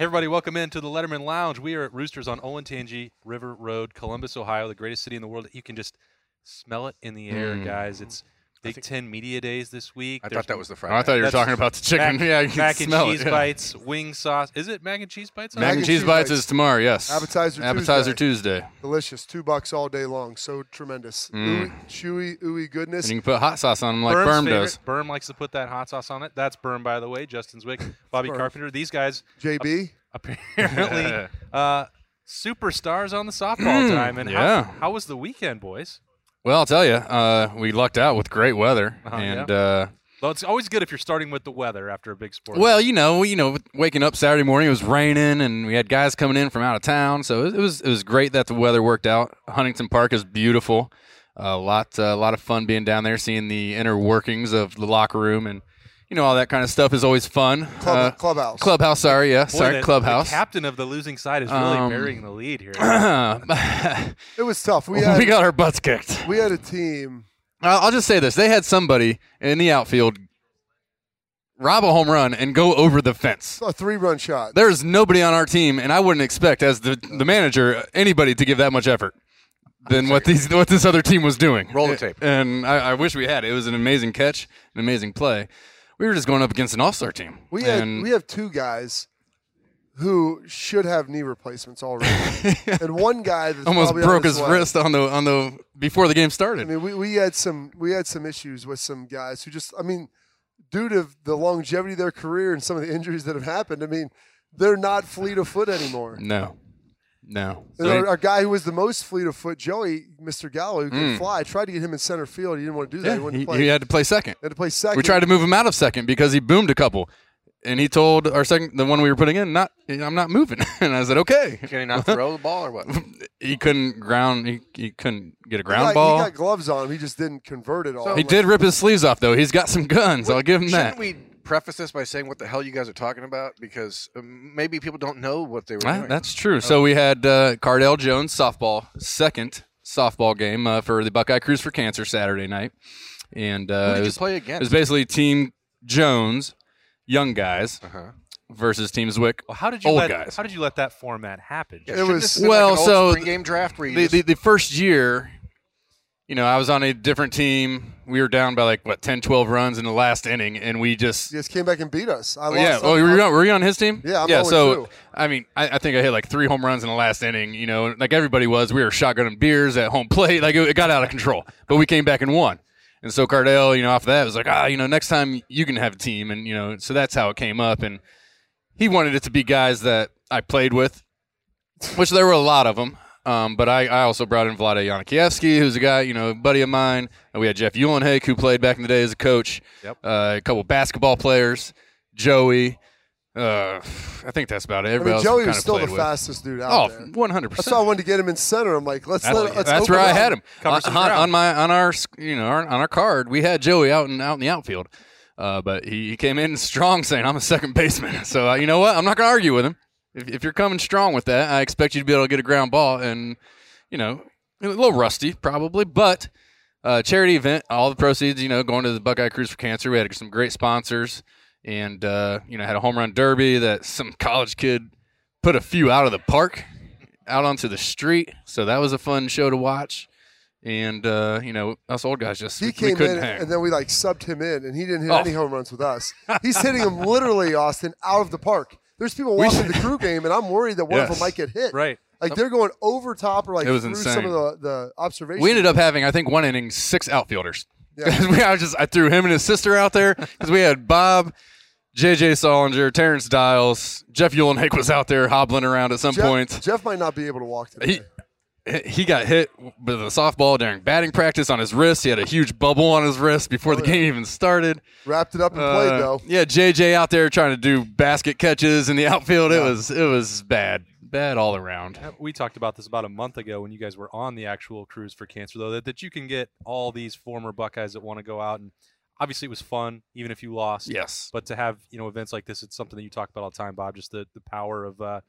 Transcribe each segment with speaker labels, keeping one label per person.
Speaker 1: Hey everybody, welcome into the Letterman Lounge. We are at Roosters on Olentangy River Road, Columbus, Ohio, the greatest city in the world. You can just smell it in the air, guys. It's Big Ten Media Days this week.
Speaker 2: I
Speaker 1: There's
Speaker 2: thought that was the Friday.
Speaker 3: Mm. Oh, I thought you were
Speaker 1: That's
Speaker 3: talking about the chicken.
Speaker 1: Mac,
Speaker 3: yeah, you can
Speaker 1: mac and
Speaker 3: smell
Speaker 1: cheese
Speaker 3: it. yeah.
Speaker 1: bites, wing sauce. Is it mac and cheese bites?
Speaker 3: Mac and cheese bites is tomorrow. Yes.
Speaker 2: Appetizer
Speaker 3: Appetizer Tuesday.
Speaker 2: Delicious. Two bucks all day long. So tremendous.
Speaker 3: Mm.
Speaker 2: Ooey, chewy, ooey goodness.
Speaker 3: And you can put hot sauce on them like
Speaker 1: Berm's
Speaker 3: Berm
Speaker 1: favorite.
Speaker 3: does.
Speaker 1: Berm likes to put that hot sauce on it. That's Berm, by the way. Justin Zwick, Bobby
Speaker 2: Berm.
Speaker 1: Carpenter. These guys
Speaker 2: JB,
Speaker 1: apparently uh, superstars on the softball time. And how-
Speaker 3: Mm, yeah.
Speaker 1: how, was the weekend, boys?
Speaker 3: Well, I'll tell you, uh, we lucked out with great weather,
Speaker 1: Uh-huh,
Speaker 3: and
Speaker 1: yeah.
Speaker 3: uh,
Speaker 1: Well, it's always good if you're starting with the weather after a big sport.
Speaker 3: well, you know, you know, waking up Saturday morning, it was raining, and we had guys coming in from out of town, so it was it was great that the weather worked out. Huntington Park is beautiful. A lot a lot of fun being down there, seeing the inner workings of the locker room, and you know all that kind of stuff is always fun.
Speaker 2: club,
Speaker 3: Uh,
Speaker 2: clubhouse.
Speaker 3: Clubhouse, sorry, yeah,
Speaker 1: Boy,
Speaker 3: sorry,
Speaker 1: the-
Speaker 3: clubhouse.
Speaker 1: The captain of the losing side is really
Speaker 3: Um,
Speaker 1: burying the lead here.
Speaker 2: It was tough. We
Speaker 3: we,
Speaker 2: had, we,
Speaker 3: got our butts kicked.
Speaker 2: had a team.
Speaker 3: I'll I'll just say this: they had somebody in the outfield rob a home run and go over the fence.
Speaker 2: A three-run shot.
Speaker 3: There is nobody on our team, and I wouldn't expect, as the, the manager, anybody to give that much effort than what these what this other team was doing.
Speaker 4: Roll the tape.
Speaker 3: And I, I wish we had. It It was an amazing catch, an amazing play. We were just going up against an all star team.
Speaker 2: We had,
Speaker 3: and
Speaker 2: we have two guys who should have knee replacements already, and one guy that's
Speaker 3: almost
Speaker 2: probably on
Speaker 3: broke his
Speaker 2: way.
Speaker 3: wrist on the on the before the game started.
Speaker 2: I mean, we, we had some we had some issues with some guys who just I mean, due to the longevity of their career and some of the injuries that have happened, I mean, they're not fleet of foot anymore.
Speaker 3: no, no.
Speaker 2: And our, our guy who was the most fleet of foot, Joey, Mr. Gallo, who could fly, tried to get him in center field. He didn't want to do that.
Speaker 3: Mm. Yeah,
Speaker 2: he wanted
Speaker 3: he,
Speaker 2: to play.
Speaker 3: he had to play second.
Speaker 2: He had to play second.
Speaker 3: We tried to move him out of second because he boomed a couple, and he told our second, the one we were putting in, not I'm not moving. And I said, okay.
Speaker 4: Can he not throw the ball or what?
Speaker 3: He couldn't ground. He, he couldn't get a
Speaker 2: He
Speaker 3: ground
Speaker 2: got-
Speaker 3: ball.
Speaker 2: He
Speaker 3: He,
Speaker 2: got gloves on him. He just didn't convert it all.
Speaker 4: So-
Speaker 3: did rip his sleeves off though. He's got some guns. I'll give him that.
Speaker 4: Shouldn't we preface this by saying what the hell you guys are talking about? Because um, maybe people don't know what they were
Speaker 3: Ah,
Speaker 4: doing.
Speaker 3: that's true. So we had uh, Cardell Jones softball second softball game uh, for the Buckeye Cruise for Cancer Saturday night, and uh,
Speaker 4: Who did
Speaker 3: it
Speaker 4: you
Speaker 3: was
Speaker 4: play
Speaker 3: it
Speaker 4: against?
Speaker 3: was basically Team Jones, young guys,
Speaker 4: Uh-huh.
Speaker 3: versus Team Zwick.
Speaker 1: Well, how did you
Speaker 3: old
Speaker 1: let
Speaker 3: guys.
Speaker 1: how did you let that format happen?
Speaker 4: Yeah,
Speaker 2: It
Speaker 4: shouldn't
Speaker 2: was-
Speaker 4: this have been
Speaker 3: Well,
Speaker 4: like an old
Speaker 3: so
Speaker 4: spring game draft where you
Speaker 3: the,
Speaker 4: just-
Speaker 3: the, the first year, you know, I was on a different team. We were down by like what 10, 12 runs in the last inning, and we just
Speaker 2: He just came back and beat us. I lost.
Speaker 3: yeah. Oh, were you, on, were you on his team?
Speaker 2: Yeah, I'm
Speaker 3: yeah.
Speaker 2: 0
Speaker 3: So
Speaker 2: two.
Speaker 3: I mean, I, I think I hit like three home runs in the last inning. You know, like everybody was. We were shotgunning beers at home plate. Like it, it got out of control, but we came back and won. And so Cardell, you know, off that was like, ah, you know, next time you can have a team, and you know, so that's how it came up. And he wanted it to be guys that I played with, which there were a lot of them. Um, but I, I also brought in Vlade Yanakiewski, who's a guy, you know, buddy of mine. And we had Jeff Uhlenhake, who played back in the day as a coach.
Speaker 1: Yep.
Speaker 3: Uh, a couple basketball players, Joey. Uh, I think that's about it.
Speaker 2: I
Speaker 3: Everybody
Speaker 2: mean,
Speaker 3: else
Speaker 2: Joey
Speaker 3: kind
Speaker 2: was
Speaker 3: of
Speaker 2: still the
Speaker 3: played with.
Speaker 2: fastest dude out
Speaker 3: Oh,
Speaker 2: there.
Speaker 3: 100
Speaker 2: That's why I
Speaker 3: percent.
Speaker 2: wanted to get him in center. I'm like, let's let, let's.
Speaker 3: That's
Speaker 2: open
Speaker 3: where I
Speaker 2: up.
Speaker 3: had him.
Speaker 1: Cover
Speaker 3: On,
Speaker 1: some
Speaker 3: on-
Speaker 1: ground.
Speaker 3: on my on our sc- you know our, on our card, we had Joey out and out in the outfield, uh, but he, he came in strong, saying, "I'm a second baseman." So uh, you know what? I'm not going to argue with him. If, if you're coming strong with that, I expect you to be able to get a ground ball, and you know, a little rusty probably, but uh, charity event. All the proceeds, you know, going to the Buckeye Cruise for Cancer. We had some great sponsors, and uh, you know, had a home run derby that some college kid put a few out of the park, out onto the street. So that was a fun show to watch. And uh, you know, us old guys just
Speaker 2: He
Speaker 3: we,
Speaker 2: came
Speaker 3: we couldn't
Speaker 2: in
Speaker 3: hang.
Speaker 2: and then we like subbed him in, and he didn't hit
Speaker 3: Oh.
Speaker 2: any home runs with us. He's hitting him literally, Austin, out of the park. There's people watching the crew game, and I'm worried that one of
Speaker 3: Yes.
Speaker 2: them might get hit.
Speaker 1: Right.
Speaker 2: Like they're going over top or like
Speaker 3: It was
Speaker 2: through some
Speaker 3: insane.
Speaker 2: of the the observations.
Speaker 3: we ended up having, I think, one inning, six outfielders.
Speaker 2: Yeah.
Speaker 3: We- I just I threw him and his sister out there because we had Bob, JJ Solinger, Terrence Dials, Jeff Uhlenhake was out there hobbling around at some
Speaker 2: Jeff,
Speaker 3: point.
Speaker 2: Jeff might not be able to walk today.
Speaker 3: He, he got hit with a softball during batting practice on his wrist. He had a huge bubble on his wrist before
Speaker 1: Oh,
Speaker 3: the game even started.
Speaker 2: Wrapped it up and played
Speaker 3: Uh,
Speaker 2: though.
Speaker 3: Yeah, JJ out there trying to do basket catches in the outfield. It was it was bad, bad all around.
Speaker 1: Uh, We talked about this about a month ago when you guys were on the actual cruise for cancer, though, that, that you can get all these former Buckeyes that want to go out. And obviously, it was fun, even if you lost.
Speaker 3: Yes,
Speaker 1: But to have you know events like this, it's something that you talk about all the time, Bob. Just the, the power of uh,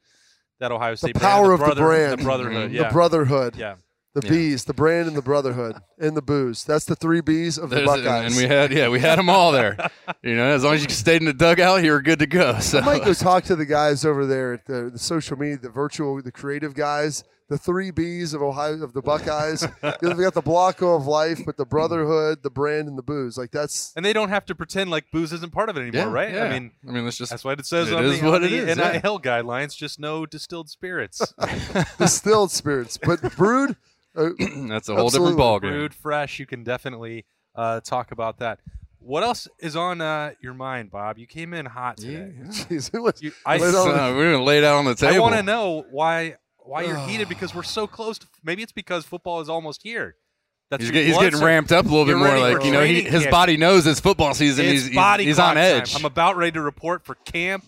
Speaker 1: that Ohio State
Speaker 2: power of the
Speaker 1: brand,
Speaker 2: brand.
Speaker 1: the brotherhood,
Speaker 3: Mhm.
Speaker 1: yeah,
Speaker 2: The brotherhood,
Speaker 1: yeah.
Speaker 2: the
Speaker 3: Yeah.
Speaker 2: bees, the brand, and the brotherhood, and the booze. That's the three B's of the
Speaker 3: There's- and-
Speaker 2: Buckeyes.
Speaker 3: and we had yeah we had them all there. you know, as long as you stayed in the dugout, you were good to go. So
Speaker 2: I might go talk to the guys over there at the, the social media, the virtual, the creative guys, the three B's of Ohio of the Buckeyes. we got the Blocko of life, but the brotherhood, the brand, and the booze. Like that's
Speaker 1: And they don't have to pretend like booze isn't part of it anymore,
Speaker 3: yeah,
Speaker 1: right?
Speaker 3: yeah.
Speaker 1: I mean,
Speaker 3: I mean, let's just
Speaker 1: that's what it says
Speaker 3: It
Speaker 1: on
Speaker 3: is
Speaker 1: the,
Speaker 3: what
Speaker 1: on
Speaker 3: it
Speaker 1: the
Speaker 3: is, yeah.
Speaker 1: NIL guidelines. Just no distilled spirits,
Speaker 2: distilled spirits, but brewed. Uh,
Speaker 3: mm, that's a whole
Speaker 2: Absolutely.
Speaker 3: different ballgame.
Speaker 1: brewed fresh. You can definitely uh, talk about that. What else is on uh, your mind, Bob? You came in hot today.
Speaker 2: Jeez, it was
Speaker 1: You, I,
Speaker 2: Laid on
Speaker 3: So, we even laid out on the table.
Speaker 1: I want to know why why you're heated because we're so close. To, maybe it's because football is almost here. That's
Speaker 3: He's,
Speaker 1: your
Speaker 3: get- he's
Speaker 1: blood
Speaker 3: getting
Speaker 1: cir-
Speaker 3: ramped up a little bit
Speaker 1: You're
Speaker 3: more.
Speaker 1: ready
Speaker 3: Like
Speaker 1: for
Speaker 3: you know, he,
Speaker 1: training
Speaker 3: his
Speaker 1: camp.
Speaker 3: body knows it's football season.
Speaker 1: It's
Speaker 3: he's he's,
Speaker 1: body
Speaker 3: he's
Speaker 1: clock
Speaker 3: on
Speaker 1: time.
Speaker 3: edge.
Speaker 1: I'm about ready to report for camp,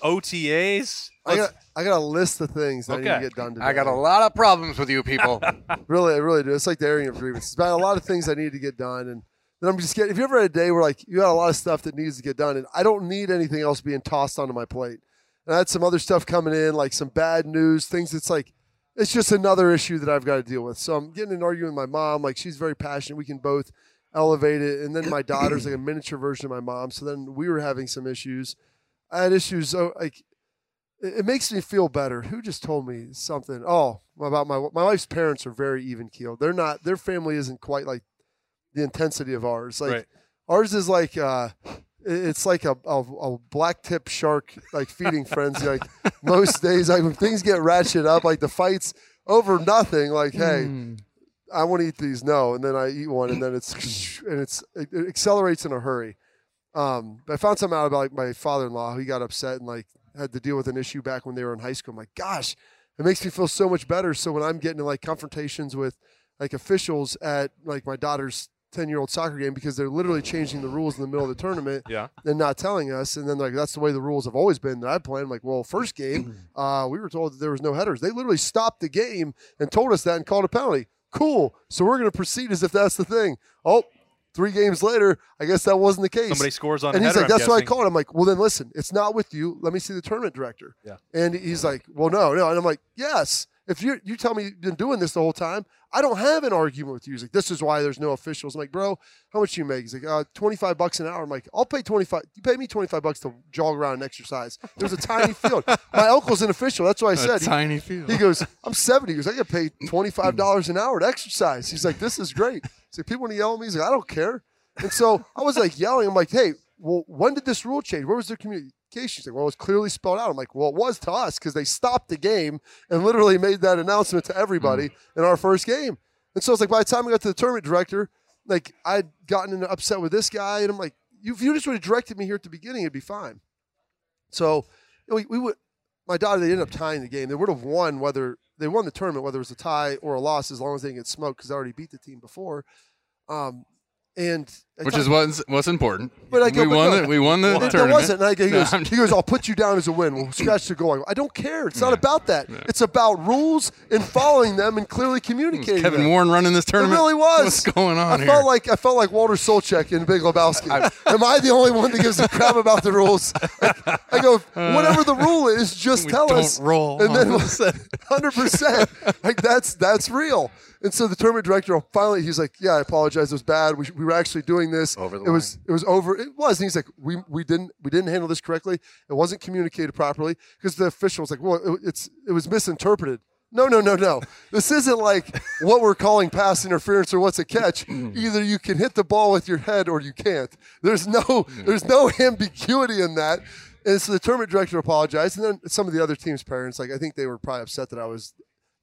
Speaker 1: OTAs.
Speaker 2: I
Speaker 1: Let's-
Speaker 2: got, I got a list of things that I
Speaker 1: Okay.
Speaker 2: need to get done today.
Speaker 4: I got a lot of problems with you people.
Speaker 2: Really, I really do. It's like the airing of grievances. But I got a lot of things I need to get done, and then I'm just getting. If you ever had a day where like you had a lot of stuff that needs to get done, and I don't need anything else being tossed onto my plate, and I had some other stuff coming in, like some bad news, things. It's like it's just another issue that I've got to deal with. So I'm getting an argument with my mom. Like she's very passionate. We can both elevate it, and then my daughter's like a miniature version of my mom. So then we were having some issues. I had issues oh, like it, it makes me feel better. Who just told me something? Oh, about my my wife's parents are very even keeled. They're not. Their family isn't quite like the intensity of ours. Like
Speaker 1: Right.
Speaker 2: ours is like uh, it- it's like a, a a black tip shark like feeding frenzy. Like most days, like when things get ratcheted up, like the fights over nothing. Like hey. I want to eat these. No, and then I eat one, and then it's and it's it it accelerates in a hurry. Um, but I found something out about like my father-in-law who got upset and like had to deal with an issue back when they were in high school. I'm like, gosh, it makes me feel so much better. So when I'm getting in like confrontations with like officials at like my daughter's 10-year-old soccer game because they're literally changing the rules in the middle of the tournament
Speaker 1: yeah.
Speaker 2: and not telling us. And then like that's the way the rules have always been that I play. I'm like, well, first game, uh, we were told that there was no headers. They literally stopped the game and told us that and called a penalty. Cool. So we're gonna proceed as if that's the thing. Oh, three games later, I guess that wasn't the case.
Speaker 1: Somebody scores on.
Speaker 2: and
Speaker 1: a
Speaker 2: he's
Speaker 1: header,
Speaker 2: like,
Speaker 1: I'm
Speaker 2: that's what I
Speaker 1: guessing.
Speaker 2: called. I'm like, well, then listen, it's not with you. Let me see the tournament director.
Speaker 1: Yeah.
Speaker 2: And he's like, well, no, no. And I'm like, yes. If you you tell me you've been doing this the whole time, I don't have an argument with you. He's like, this is why there's no officials. I'm like, bro, how much you make? He's like, uh, 25 bucks an hour. I'm like, I'll pay 25. You pay me 25 bucks to jog around and exercise. There's a tiny field. My uncle's an official. That's what I
Speaker 3: a
Speaker 2: said. He-
Speaker 3: tiny field.
Speaker 2: he goes, I'm 70. He goes, I get paid $25 an hour to exercise. He's like, this is great. He's like, people want to yell at me. He's like, I don't care. And so I was like yelling. I'm like, hey, well, when did this rule change? Where was their communication? He's like, well, it was clearly spelled out. I'm like, well, it was to us because they stopped the game and literally made that announcement to everybody in our first game. And so it's like, by the time I got to the tournament director, like I'd gotten in- upset with this guy, and I'm like, you, if you just would have directed me here at the beginning, it'd be fine. So you know, we, we would, my daughter, they ended up tying the game. They would have won whether they won the tournament, whether it was a tie or a loss, as long as they didn't get smoked because I already beat the team before. Um, and I
Speaker 3: which
Speaker 2: talked-
Speaker 3: is what's what's important.
Speaker 2: But I go,
Speaker 3: we
Speaker 2: but
Speaker 3: won
Speaker 2: no.
Speaker 3: it. We won the
Speaker 2: There- there
Speaker 3: tournament.
Speaker 2: wasn't. And I go, he,
Speaker 3: No,
Speaker 2: goes,
Speaker 3: I'm-
Speaker 2: he goes, I'll put you down as a win. We'll scratch the goal. I, go, I don't care. It's not about that. It's about rules and following them and clearly communicating.
Speaker 3: Hmm. Kevin
Speaker 2: them.
Speaker 3: Warren running this tournament.
Speaker 2: It really was.
Speaker 3: What's going on
Speaker 2: I
Speaker 3: here?
Speaker 2: felt like I felt like Walter Solchek in Big Lebowski. Am I the only one that gives a crap about the rules? I, I go, whatever the rule is, just
Speaker 3: We
Speaker 2: tell
Speaker 3: don't
Speaker 2: us.
Speaker 3: roll
Speaker 2: and then
Speaker 3: on this.
Speaker 2: hundred percent, like that's that's real. And so the tournament director finally, he's like, "Yeah, I apologize. It was bad. We, we were actually doing this.
Speaker 4: Over the
Speaker 2: it was it was over. It was." And he's like, "We we didn't we didn't handle this correctly. It wasn't communicated properly because the official was like, well, it, it's it was misinterpreted." No, no, no, no. This isn't like what we're calling pass interference or what's a catch.
Speaker 4: Mm-hmm.
Speaker 2: Either you can hit the ball with your head or you can't. There's no there's no ambiguity in that. And so the tournament director apologized, and then some of the other team's parents, like I think they were probably upset that I was.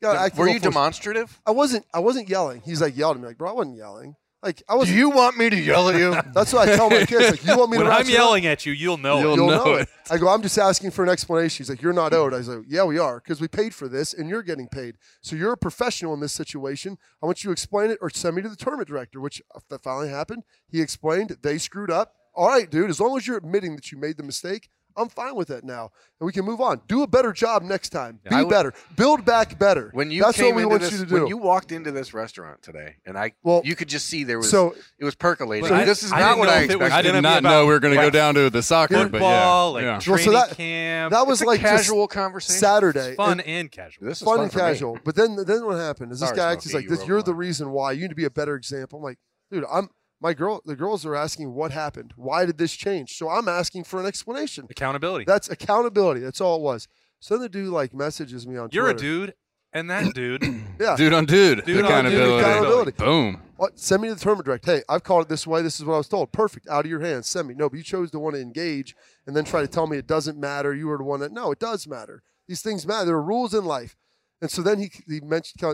Speaker 2: Yeah, I acted
Speaker 4: Were
Speaker 2: real
Speaker 4: you
Speaker 2: forceful.
Speaker 4: demonstrative?
Speaker 2: I wasn't. I wasn't yelling. He's like yelled at me, like, bro, I wasn't yelling. Like I was.
Speaker 4: Do you want me to yell at you?
Speaker 2: that's what I tell my kids. Like you want me
Speaker 1: When
Speaker 2: to.
Speaker 1: I'm
Speaker 2: ratchet up?
Speaker 1: yelling at you, you'll know.
Speaker 3: You'll-
Speaker 1: it.
Speaker 2: You'll
Speaker 3: know
Speaker 2: know
Speaker 3: it.
Speaker 2: it. I go, I'm just asking for an explanation. He's like, You're not owed. I was like, Yeah, we are, because we paid for this and you're getting paid. So you're a professional in this situation. I want you to explain it or send me to the tournament director, which uh, that finally happened. He explained, they screwed up. All right, dude, as long as you're admitting that you made the mistake, I'm fine with that now. And we can move on. Do a better job next time. Be
Speaker 4: I would-
Speaker 2: better. Build back better.
Speaker 4: When you
Speaker 2: That's what
Speaker 4: came
Speaker 2: we
Speaker 4: into
Speaker 2: want
Speaker 4: this,
Speaker 2: you to
Speaker 4: when
Speaker 2: do.
Speaker 4: you walked into this restaurant today, and I,
Speaker 2: Well,
Speaker 4: you could just see there was
Speaker 2: so
Speaker 4: it was percolating.
Speaker 1: But I-
Speaker 4: this is
Speaker 1: I
Speaker 4: not
Speaker 1: didn't
Speaker 4: what
Speaker 1: know
Speaker 4: I
Speaker 1: if it
Speaker 4: expected.
Speaker 1: was
Speaker 3: I did
Speaker 1: gonna be
Speaker 3: not
Speaker 1: about
Speaker 3: know we were going to go
Speaker 1: like
Speaker 3: down to the soccer,
Speaker 1: Football,
Speaker 3: but
Speaker 1: like
Speaker 3: yeah, yeah.
Speaker 2: Well, so
Speaker 1: training
Speaker 2: that-
Speaker 1: camp,
Speaker 2: that
Speaker 4: It's
Speaker 2: was
Speaker 4: a
Speaker 2: like just
Speaker 4: casual conversation.
Speaker 2: Saturday. It-
Speaker 1: fun and casual.
Speaker 4: This is
Speaker 2: fun
Speaker 4: fun
Speaker 2: and
Speaker 4: for me.
Speaker 2: casual. But then then what happened is this
Speaker 4: Sorry,
Speaker 2: guy acts
Speaker 4: Smokey,
Speaker 2: is like
Speaker 4: you
Speaker 2: this.
Speaker 4: wrote
Speaker 2: You're
Speaker 4: one.
Speaker 2: the reason why you need to be a better example. I'm like, dude, I'm my girl. The girls are asking what happened. Why did this change? So I'm asking for an explanation.
Speaker 1: Accountability.
Speaker 2: That's accountability. That's all it was. So then the dude like messages me on
Speaker 1: You're a
Speaker 2: Twitter.
Speaker 1: dude, and that dude.
Speaker 2: Yeah.
Speaker 3: dude on dude,
Speaker 1: Dude on
Speaker 3: accountability.
Speaker 1: dude,
Speaker 2: accountability.
Speaker 3: Boom.
Speaker 2: What? Send me to the tournament direct. Hey, I've called it this way. This is what I was told. Perfect. Out of your hands. Send me. No, but you chose to want to engage and then try to tell me it doesn't matter. You were the one that. No, it does matter. These things matter. There are rules in life. And so then he he mentioned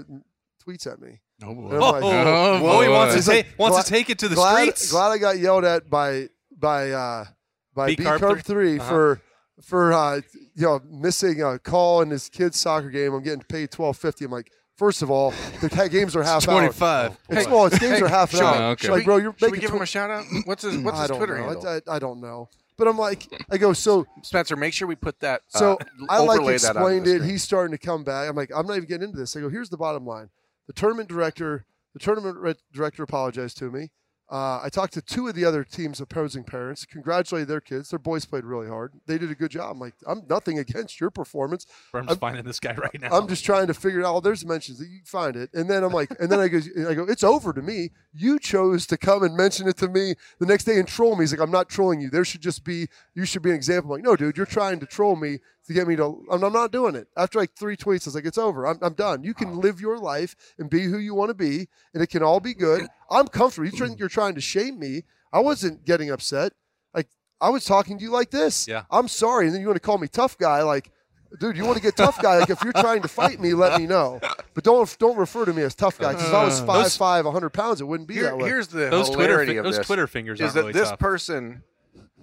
Speaker 2: tweets at me.
Speaker 3: Oh, boy.
Speaker 2: And I'm
Speaker 1: Oh,
Speaker 2: like,
Speaker 3: Oh,
Speaker 1: oh, he
Speaker 3: boy.
Speaker 1: wants to
Speaker 2: He's like,
Speaker 1: take wants
Speaker 2: "Glad-
Speaker 1: to take it to the
Speaker 2: glad,
Speaker 1: streets.
Speaker 2: Glad I got yelled at by by uh, by B,
Speaker 1: B Carb
Speaker 2: Carb three
Speaker 1: Uh-huh.
Speaker 2: for for uh, you know missing a call in his kid's soccer game. I'm getting paid twelve fifty. I'm like, first of all, the ta- games are half hour. Oh,
Speaker 3: 25.
Speaker 2: It's well, it's games are half an
Speaker 4: Sean,
Speaker 2: hour.
Speaker 3: okay.
Speaker 4: should
Speaker 2: Like,
Speaker 4: we-
Speaker 2: bro, you're
Speaker 4: should we
Speaker 2: making
Speaker 4: give him a
Speaker 2: tw-
Speaker 4: shout out? What's his What's
Speaker 2: I
Speaker 4: his
Speaker 2: don't
Speaker 4: Twitter
Speaker 2: know.
Speaker 4: handle?
Speaker 2: I, I, I don't know. But I'm like, I go so
Speaker 4: Spencer, make sure we put that. uh,
Speaker 2: so I like
Speaker 4: overlay that onto
Speaker 2: explained
Speaker 4: the
Speaker 2: it.
Speaker 4: screen.
Speaker 2: He's starting to come back. I'm like, I'm not even getting into this. I go, here's the bottom line. The tournament director, the tournament re- director apologized to me. Uh, I talked to two of the other team's opposing parents, congratulated their kids. Their boys played really hard. They did a good job. I'm like, I'm nothing against your performance.
Speaker 1: I'm
Speaker 2: I'm-
Speaker 1: just finding this guy right now.
Speaker 2: I'm just trying to figure it out. Well, there's mentions that you can find it, and then I'm like, and then I go, and I go, it's over to me. You chose to come and mention it to me the next day and troll me. He's like, I'm not trolling you. There should just be, you should be an example. I'm like, no, dude, you're trying to troll me to get me to. I'm, I'm not doing it. After like three tweets, I was like, it's over. I'm, I'm done. You can live your life and be who you want to be, and it can all be good. I'm comfortable. You're trying, you're trying to shame me. I wasn't getting upset. Like I was talking to you like this.
Speaker 1: Yeah.
Speaker 2: I'm sorry, and then you want to call me tough guy, like dude, you want to get tough guy? Like, if you're trying to fight me, let me know. But don't don't refer to me as tough guy because if I was five
Speaker 1: Those-
Speaker 2: five, 100 pounds, it wouldn't be
Speaker 4: Here-
Speaker 2: that way.
Speaker 4: here's the
Speaker 1: those Twitter
Speaker 4: hilarity
Speaker 1: fi-
Speaker 4: of
Speaker 1: those
Speaker 4: this,
Speaker 1: Twitter fingers
Speaker 4: is
Speaker 1: aren't
Speaker 4: that
Speaker 1: really
Speaker 4: this
Speaker 1: tough.
Speaker 4: person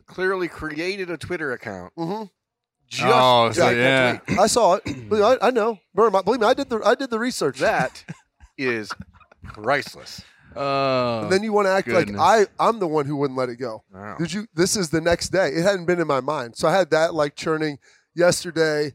Speaker 4: clearly created a Twitter account
Speaker 2: Mhm.
Speaker 4: just
Speaker 3: Oh, so
Speaker 4: like that
Speaker 3: yeah.
Speaker 4: tweet.
Speaker 2: I saw it. Believe- I, I know. Believe me, believe me, I did the I did the research.
Speaker 4: That is priceless.
Speaker 3: Oh.
Speaker 2: And then you want to act
Speaker 3: Goodness.
Speaker 2: like I I'm the one who wouldn't let it go.
Speaker 4: Wow.
Speaker 2: Did you? This is the next day. It hadn't been in my mind, so I had that like churning yesterday.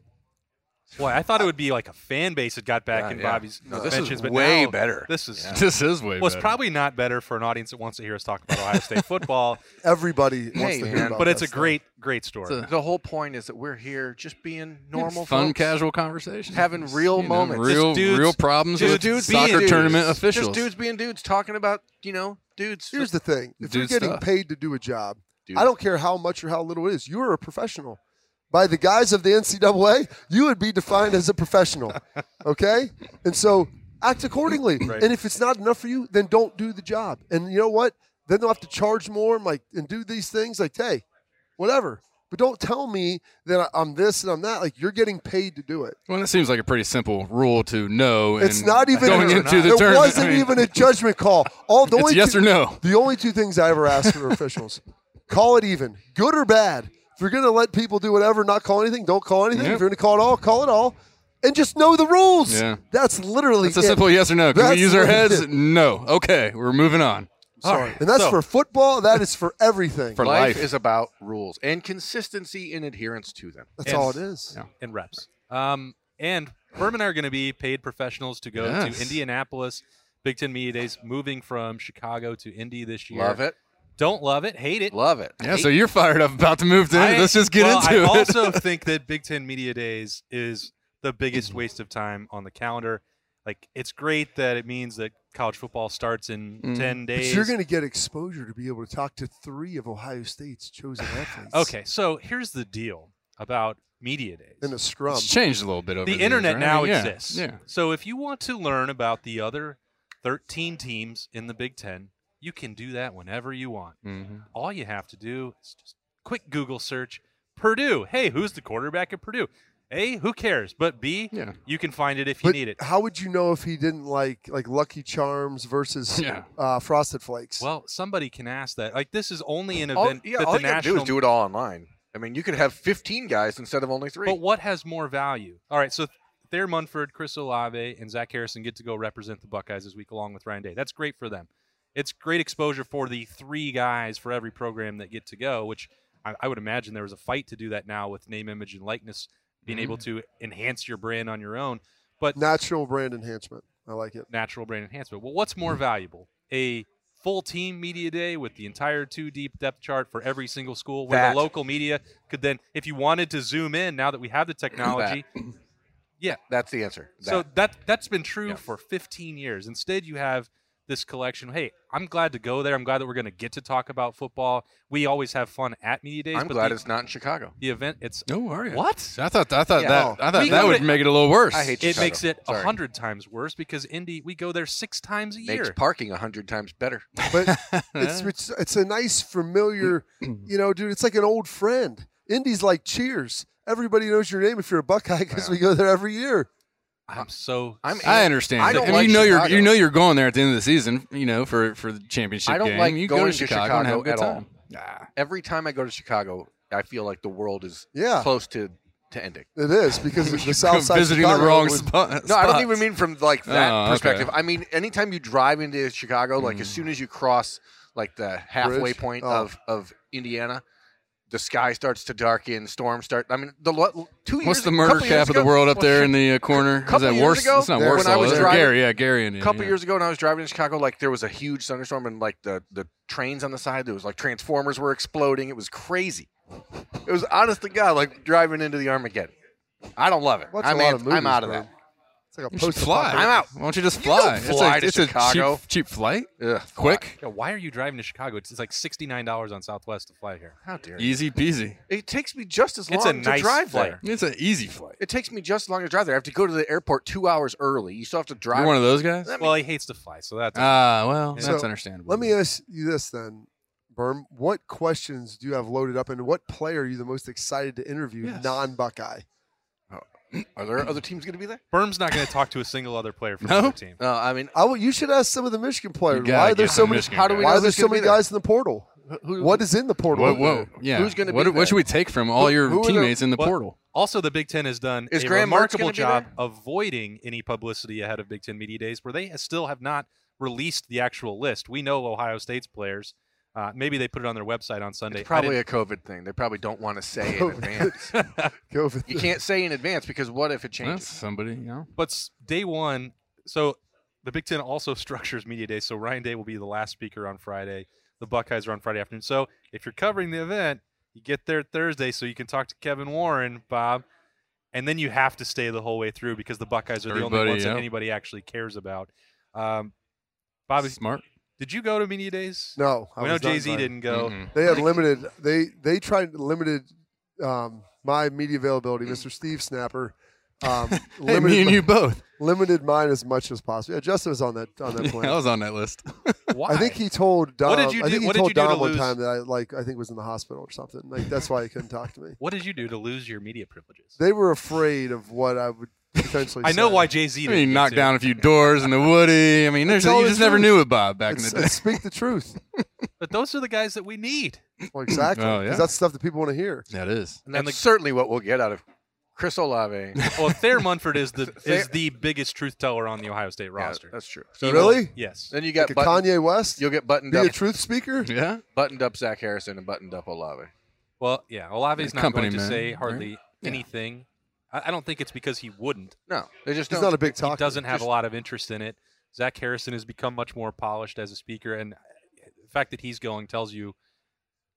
Speaker 1: Boy, I thought it would be like a fan base that got back
Speaker 4: Yeah,
Speaker 1: in
Speaker 4: yeah.
Speaker 1: Bobby's
Speaker 4: No, this
Speaker 1: mentions,
Speaker 4: is
Speaker 1: but
Speaker 4: way
Speaker 1: now
Speaker 4: better.
Speaker 1: This is
Speaker 4: Yeah.
Speaker 3: this is way
Speaker 1: well, it's
Speaker 3: better.
Speaker 1: probably not better for an audience that wants to hear us talk about Ohio State football,
Speaker 2: Everybody wants
Speaker 4: Hey,
Speaker 2: to hear
Speaker 4: man.
Speaker 2: about
Speaker 1: but it's a
Speaker 2: that stuff.
Speaker 1: great, great story.
Speaker 3: It's
Speaker 4: The whole point is that we're here just being normal,
Speaker 3: fun,
Speaker 4: folks.
Speaker 3: casual conversation,
Speaker 4: having real
Speaker 3: You know,
Speaker 4: moments.
Speaker 3: real,
Speaker 1: Just dudes-
Speaker 3: real problems
Speaker 1: just
Speaker 3: with
Speaker 1: dudes being
Speaker 3: soccer
Speaker 1: dudes.
Speaker 3: tournament
Speaker 4: Just
Speaker 3: officials.
Speaker 4: dudes being dudes talking about you know dudes.
Speaker 2: Here's the thing: if you're
Speaker 3: Dude
Speaker 2: getting
Speaker 3: stuff.
Speaker 2: paid to do a job,
Speaker 4: Dude.
Speaker 2: I don't care how much or how little it is. You are a professional. By the guise of the NCAA, you would be defined as a professional. Okay, and so act accordingly.
Speaker 1: Right.
Speaker 2: And if it's not enough for you, then don't do the job. And you know what? Then they'll have to charge more and like and do these things. Like, hey, whatever. But don't tell me that I- I'm this and I'm that. Like you're getting paid to do it.
Speaker 3: Well, that seems like a pretty simple rule to know.
Speaker 2: It's
Speaker 3: and
Speaker 2: not even
Speaker 3: going
Speaker 1: or
Speaker 3: into
Speaker 1: not.
Speaker 3: the
Speaker 2: it
Speaker 3: tournament.
Speaker 2: wasn't
Speaker 3: I mean,
Speaker 2: even a judgment call. All the
Speaker 3: It's
Speaker 2: only
Speaker 3: yes
Speaker 2: two-
Speaker 3: or no.
Speaker 2: The only two things I ever ask for officials: call it even, good or bad. If you're going to let people do whatever, not call anything, don't call anything.
Speaker 3: Yeah.
Speaker 2: If you're going to call it all, call it all, and just know the rules.
Speaker 3: Yeah.
Speaker 2: That's literally
Speaker 3: It's a
Speaker 2: it.
Speaker 3: simple yes or no. Can
Speaker 2: That's
Speaker 3: we use our
Speaker 2: what it
Speaker 3: heads?
Speaker 2: is.
Speaker 3: No. Okay, we're moving on.
Speaker 1: All right,
Speaker 2: And that's
Speaker 1: so-
Speaker 2: for football. That is for everything.
Speaker 3: For
Speaker 4: life,
Speaker 3: life.
Speaker 4: is about rules and consistency in adherence to them.
Speaker 2: that's
Speaker 1: and-
Speaker 2: all it is.
Speaker 3: Yeah.
Speaker 1: and reps. Um, and Berman are going to be paid professionals to go
Speaker 3: Yes.
Speaker 1: to Indianapolis. Big Ten Media Days moving from Chicago to Indy this year.
Speaker 4: Love it,
Speaker 1: Don't love it. Hate it.
Speaker 4: love it.
Speaker 3: Yeah, so you're fired up about to move to.
Speaker 1: I-
Speaker 3: Let's just get
Speaker 1: well,
Speaker 3: into
Speaker 1: I
Speaker 3: it.
Speaker 1: also think that Big Ten Media Days is the biggest waste of time on the calendar. Like, it's great that it means that college football starts in
Speaker 3: Mm.
Speaker 1: 10
Speaker 2: But
Speaker 1: days.
Speaker 2: you're going to get exposure to be able to talk to three of Ohio State's chosen athletes.
Speaker 1: okay, so here's the deal about Media Days.
Speaker 2: In a scrum.
Speaker 3: It's changed a little bit over
Speaker 1: the
Speaker 3: years,
Speaker 1: internet
Speaker 3: right?
Speaker 1: now
Speaker 3: Yeah,
Speaker 1: exists.
Speaker 3: Yeah.
Speaker 1: So if you want to learn about the other 13 teams in the Big Ten, you can do that whenever you want.
Speaker 3: Mhm.
Speaker 1: All you have to do is just quick Google search Purdue. Hey, who's the quarterback at Purdue? A, who cares? But B,
Speaker 3: Yeah.
Speaker 1: you can find it if you
Speaker 2: But
Speaker 1: need it.
Speaker 2: how would you know if he didn't like like Lucky Charms versus
Speaker 3: Yeah.
Speaker 2: uh, Frosted Flakes?
Speaker 1: Well, somebody can ask that. Like this is only an
Speaker 4: All-
Speaker 1: event
Speaker 4: yeah,
Speaker 1: that
Speaker 4: all
Speaker 1: the
Speaker 4: you gotta do
Speaker 1: national.
Speaker 4: is do it all online. I mean, you could have 15 guys instead of only three.
Speaker 1: But what has more value? All right, so Thayer Munford, Chris Olave, and Zach Harrison get to go represent the Buckeyes this week along with Ryan Day. That's great for them. It's great exposure for the three guys for every program that get to go, which I, I would imagine there was a fight to do that now with name, image, and likeness, being able to enhance your brand on your own. But
Speaker 2: Natural brand enhancement. I like it.
Speaker 1: natural brain enhancement. Well, what's
Speaker 4: Hmm.
Speaker 1: more valuable? A full team media day with the entire two deep depth chart for every single school where
Speaker 4: That.
Speaker 1: the local media could then if you wanted to zoom in now that we have the technology.
Speaker 4: That's the answer.
Speaker 1: So
Speaker 4: That.
Speaker 1: that that's been true
Speaker 4: Yeah.
Speaker 1: for 15 years. Instead, you have this collection. Hey, I'm glad to go there. I'm glad that we're going to get to talk about football. We always have fun at media days,
Speaker 4: I'm
Speaker 1: but
Speaker 4: glad
Speaker 1: the,
Speaker 4: it's not in Chicago.
Speaker 1: the event it's
Speaker 3: No, are you?
Speaker 1: What?
Speaker 3: I thought I thought
Speaker 4: Yeah.
Speaker 2: Oh.
Speaker 3: that I thought
Speaker 1: We
Speaker 3: that
Speaker 1: go
Speaker 3: would
Speaker 1: to-
Speaker 3: make it a little worse.
Speaker 4: I hate
Speaker 1: it
Speaker 4: Chicago.
Speaker 1: makes it a
Speaker 4: Sorry.
Speaker 1: 100 times worse because Indy we go there 6 times a year.
Speaker 4: Makes parking 100 times better.
Speaker 2: But it's, it's it's a nice familiar, you know, dude. It's like an old friend. Indy's like Cheers. Everybody knows your name if you're a Buckeye because we go there every year.
Speaker 1: I'm so
Speaker 4: I'm
Speaker 3: I understand.
Speaker 4: I
Speaker 3: I
Speaker 4: don't
Speaker 3: mean,
Speaker 4: like
Speaker 3: you know
Speaker 4: Chicago.
Speaker 3: you're you know you're going there at the end of the season. You know for for the championship.
Speaker 4: I don't
Speaker 3: game.
Speaker 4: like
Speaker 3: you
Speaker 4: going
Speaker 3: go
Speaker 4: to
Speaker 3: to Chicago, and have a
Speaker 4: Chicago
Speaker 3: good
Speaker 4: at all.
Speaker 3: time. Nah.
Speaker 4: Every time I go to Chicago, I feel like the world is
Speaker 2: Yeah.
Speaker 4: close to, to ending.
Speaker 2: It is because the South Side
Speaker 3: visiting
Speaker 2: Chicago
Speaker 3: the wrong
Speaker 2: was-
Speaker 3: spot.
Speaker 4: No, I don't even mean from like that
Speaker 3: Oh, okay. Mm.
Speaker 4: perspective. I mean, anytime you drive into Chicago, like as soon as you cross like the halfway
Speaker 2: Bridge?
Speaker 4: point
Speaker 2: Oh.
Speaker 4: of of Indiana, the sky starts to darken, storms start. I mean, the lo- two years.
Speaker 3: What's the
Speaker 4: a
Speaker 3: murder
Speaker 4: couple years
Speaker 3: cap of the
Speaker 4: ago-
Speaker 3: world up
Speaker 4: well,
Speaker 3: there
Speaker 4: shit,
Speaker 3: in the uh, corner?
Speaker 4: couple
Speaker 3: Is that
Speaker 4: years
Speaker 3: worse?
Speaker 4: ago,
Speaker 3: it's not
Speaker 2: when
Speaker 3: worse.
Speaker 4: I was driving-
Speaker 3: Gary, yeah, Gary. and
Speaker 4: A couple years ago, when I was driving in Chicago, like there was a huge thunderstorm and like the the trains on the side, there was like transformers were exploding. It was crazy. It was honest to God, like driving into the Armageddon. I don't love it.
Speaker 2: Watch a
Speaker 4: I'm,
Speaker 2: lot
Speaker 4: an-
Speaker 2: of movies,
Speaker 4: I'm out of
Speaker 2: bro.
Speaker 4: that.
Speaker 2: It's like a
Speaker 3: You should
Speaker 2: post
Speaker 3: fly.
Speaker 4: I'm out.
Speaker 3: Why don't you just
Speaker 4: You don't
Speaker 3: fly?
Speaker 4: fly
Speaker 3: it's
Speaker 4: to
Speaker 3: a, it's
Speaker 4: Chicago.
Speaker 3: a cheap, cheap flight.
Speaker 4: Ugh,
Speaker 3: Quick,
Speaker 1: Yeah, why are you driving to Chicago? It's, it's like sixty nine dollars on Southwest to fly here.
Speaker 4: How dare you?
Speaker 3: easy peasy.
Speaker 4: It takes me just as long
Speaker 1: It's a
Speaker 4: to
Speaker 1: nice
Speaker 4: drive
Speaker 1: flight.
Speaker 4: there.
Speaker 3: It's an easy flight.
Speaker 4: It takes me just as long to drive there. I have to go to the airport two hours early. You still have to drive.
Speaker 3: You're one of those guys.
Speaker 4: Let me-
Speaker 1: Well, he hates to fly, so
Speaker 4: Uh,
Speaker 1: that's
Speaker 3: Ah, well,
Speaker 2: So,
Speaker 3: that's understandable.
Speaker 2: Let me ask you this then, Berm. What questions do you have loaded up, and what player are you the most excited to interview,
Speaker 3: Yes.
Speaker 2: non-Buckeye?
Speaker 4: Are there other teams going to be there?
Speaker 1: Berm's not going to talk to a single other player from
Speaker 3: No?
Speaker 1: another team.
Speaker 4: No, I mean,
Speaker 2: I w- you should ask some of the Michigan
Speaker 3: You
Speaker 2: players
Speaker 3: gotta
Speaker 2: why
Speaker 3: get
Speaker 2: there's
Speaker 3: the
Speaker 2: so many.
Speaker 3: Michigan
Speaker 4: how do we
Speaker 3: guys.
Speaker 2: Why
Speaker 4: know
Speaker 2: are there
Speaker 4: who's
Speaker 2: so
Speaker 4: gonna be
Speaker 2: many
Speaker 4: there?
Speaker 2: guys in the portal?
Speaker 4: who-
Speaker 2: What is in the portal?
Speaker 3: Whoa, whoa, yeah.
Speaker 4: Who's gonna
Speaker 3: what,
Speaker 4: be there?
Speaker 3: what should we take from all your
Speaker 4: who are the-
Speaker 3: teammates in the
Speaker 1: what-
Speaker 3: portal?
Speaker 1: Also, the Big Ten has done
Speaker 4: Is
Speaker 1: a
Speaker 4: Graham Mertz
Speaker 1: remarkable
Speaker 4: gonna be
Speaker 1: job
Speaker 4: there?
Speaker 1: avoiding any publicity ahead of Big Ten media days, where they still have not released the actual list. We know Ohio State's players. Uh, maybe they put it on their website on Sunday. I
Speaker 4: it's probably
Speaker 1: didn't-
Speaker 4: a COVID thing. They probably don't want to say in advance.
Speaker 2: Go with
Speaker 4: You can't say in advance because what if it
Speaker 3: Well,
Speaker 4: changes?
Speaker 3: somebody, you know.
Speaker 1: but s- day one, so the Big Ten also structures media day. So Ryan Day will be the last speaker on Friday. The Buckeyes are on Friday afternoon. So if you're covering the event, you get there Thursday so you can talk to Kevin Warren, Bob, and then you have to stay the whole way through because the Buckeyes are the only
Speaker 3: Everybody,
Speaker 1: ones
Speaker 3: yeah.
Speaker 1: that anybody actually cares about. Um, Bobby,
Speaker 3: smart.
Speaker 1: did you go to media days?
Speaker 2: No, I
Speaker 1: we know
Speaker 2: was not
Speaker 1: Jay Z
Speaker 2: invited.
Speaker 1: didn't go.
Speaker 3: Mm-mm.
Speaker 2: They had limited. They they tried limited um, my media availability. Mr. Steve Snapper. Um,
Speaker 3: Hey, me and
Speaker 2: my-
Speaker 3: you both.
Speaker 2: limited mine as much as possible. Yeah, Justin was on that on that
Speaker 3: Yeah,
Speaker 2: plan.
Speaker 3: I was on that list. Mm-hmm.
Speaker 1: Why?
Speaker 2: I think he told Dom.
Speaker 1: What did you
Speaker 2: I
Speaker 1: do-
Speaker 2: think he
Speaker 1: what did
Speaker 2: told
Speaker 1: you do to
Speaker 2: Dom one
Speaker 1: lose-
Speaker 2: time that I like. I think was in the hospital or something. Like that's why he couldn't talk to me.
Speaker 1: what did you do to lose your media privileges?
Speaker 2: They were afraid of what I would potentially.
Speaker 1: I know
Speaker 2: say.
Speaker 1: why Jay Z
Speaker 3: I
Speaker 1: didn't
Speaker 3: mean,
Speaker 1: get
Speaker 3: knocked
Speaker 1: to.
Speaker 3: down a few doors in the Woody. I mean, there's,
Speaker 2: Tell
Speaker 3: you
Speaker 2: the
Speaker 3: just never
Speaker 2: truth.
Speaker 3: knew it, Bob, back
Speaker 2: It's,
Speaker 3: in the
Speaker 2: it's speak the truth.
Speaker 1: But those are the guys that we need.
Speaker 2: Well, exactly.
Speaker 3: Oh,
Speaker 2: 'Cause
Speaker 3: yeah.
Speaker 2: that's stuff that people want to hear.
Speaker 3: day. That is.
Speaker 4: And that's
Speaker 1: And the-
Speaker 4: certainly what we'll get out of Chris Olave. Yeah,
Speaker 1: Well, Thayer Munford is the
Speaker 4: Thayer-
Speaker 1: is the biggest truth teller on the Ohio State roster.
Speaker 4: that's true.
Speaker 1: He will-
Speaker 2: really?
Speaker 1: yes.
Speaker 4: Then you got
Speaker 2: Like a
Speaker 4: button,
Speaker 2: Kanye West?
Speaker 4: you'll get buttoned
Speaker 2: Be a
Speaker 4: up,
Speaker 2: truth speaker?
Speaker 3: Yeah.
Speaker 4: buttoned up Zach Harrison and buttoned up Olave.
Speaker 1: Well, yeah. Olave's
Speaker 3: Yeah,
Speaker 1: not going to
Speaker 3: company man,
Speaker 1: say
Speaker 3: right?
Speaker 1: hardly
Speaker 3: Yeah.
Speaker 1: anything. I, I don't think it's because he wouldn't.
Speaker 4: No, they just
Speaker 2: He's
Speaker 4: don't.
Speaker 2: not a big
Speaker 1: He
Speaker 2: talker.
Speaker 1: doesn't have
Speaker 4: Just-
Speaker 1: a lot of interest in it. Zach Harrison has become much more polished as a speaker, and uh, the fact that he's going tells you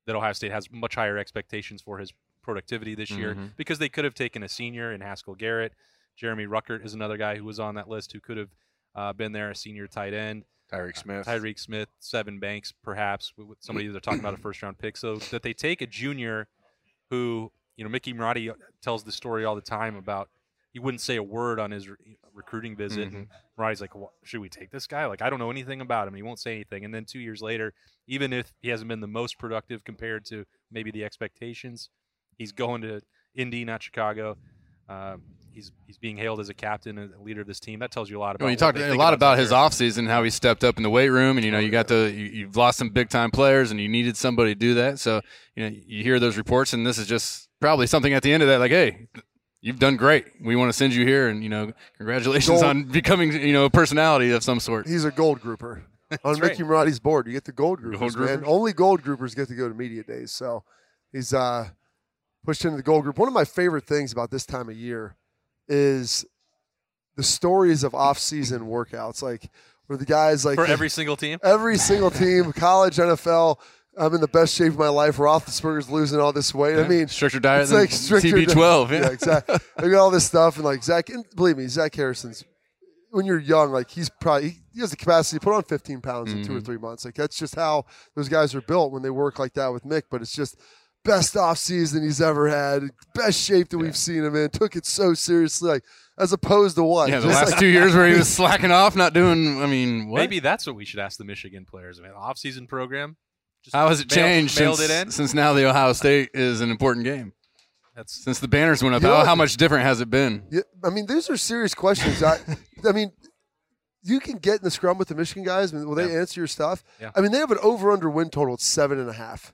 Speaker 1: that Ohio State has much higher expectations for his productivity this year
Speaker 3: Mhm.
Speaker 1: because they could have taken a senior in Haskell Garrett. Jeremy Ruckert is another guy who was on that list who could have uh, been there, a senior tight end.
Speaker 4: Tyreek Smith.
Speaker 1: Tyreek Smith, Seven Banks, perhaps with- with somebody they're talking about a first round pick. So that they take a junior who, you know, Mickey Marotti uh, tells the story all the time about he wouldn't say a word on his re- recruiting visit.
Speaker 3: Mm-hmm.
Speaker 1: And Marotti's like, "Wha- should we take this guy? Like, I don't know anything about him. He won't say anything. And then two years later, even if he hasn't been the most productive compared to maybe the expectations, He's going to Indy, not Chicago. Um, he's he's being hailed as a captain and a leader of this team. That tells you a lot about.
Speaker 3: Well, you
Speaker 1: what
Speaker 3: talked
Speaker 1: they
Speaker 3: a
Speaker 1: think
Speaker 3: lot about his
Speaker 1: Zach Ertz.
Speaker 3: offseason, how he stepped up in the weight room, and you know you got the you, you've lost some big time players, and you needed somebody to do that. So you know you hear those reports, and this is just probably something at the end of that, like, hey, you've done great. We want to send you here, and you know congratulations
Speaker 2: Gold.
Speaker 3: on becoming you know a personality of some sort.
Speaker 2: He's a gold grouper. On Mickey Marotti's board, you get the gold groupers,
Speaker 3: Gold
Speaker 2: man.
Speaker 3: groupers?
Speaker 2: Only gold groupers get to go to media days. So he's uh, pushed into the gold group. One of my favorite things about this time of year is the stories of off-season workouts, like where the guys like
Speaker 1: for every single team.
Speaker 2: every single team, college, NFL. I'm in the best shape of my life. Roethlisberger's losing all this weight. I mean,
Speaker 3: stricter diet
Speaker 2: it's
Speaker 3: than
Speaker 2: like stricter
Speaker 3: TB12. Yeah.
Speaker 2: exactly. We got all this stuff, and like Zach, and believe me, Zach Harrison's. When you're young, like he's probably he- he has the capacity to put on 15 pounds in two
Speaker 3: Mm-hmm.
Speaker 2: or three months. Like that's just how those guys are built when they work like that with Mick. But it's just best off season he's ever had, best shape that we've seen him in. Took it so seriously, like as opposed to what?
Speaker 3: Yeah, the
Speaker 2: Just,
Speaker 3: last
Speaker 2: like,
Speaker 3: two years where he was slacking off, not doing. I mean, what?
Speaker 1: Maybe that's what we should ask the Michigan players. Man, off-season program. Just
Speaker 3: how has it
Speaker 1: mail-
Speaker 3: changed
Speaker 1: Mailed
Speaker 3: since,
Speaker 1: it in.
Speaker 3: since now the Ohio State is an important game?
Speaker 1: That's
Speaker 3: Since the banners went up,
Speaker 2: You know
Speaker 3: how,
Speaker 2: what-
Speaker 3: how much different has it been?
Speaker 2: Yeah, I mean, these are serious questions. I, I mean, you can get in the scrum with the Michigan guys. I mean, will they answer your stuff?
Speaker 1: Yeah.
Speaker 2: I mean, they have an over/under win total at seven and a half.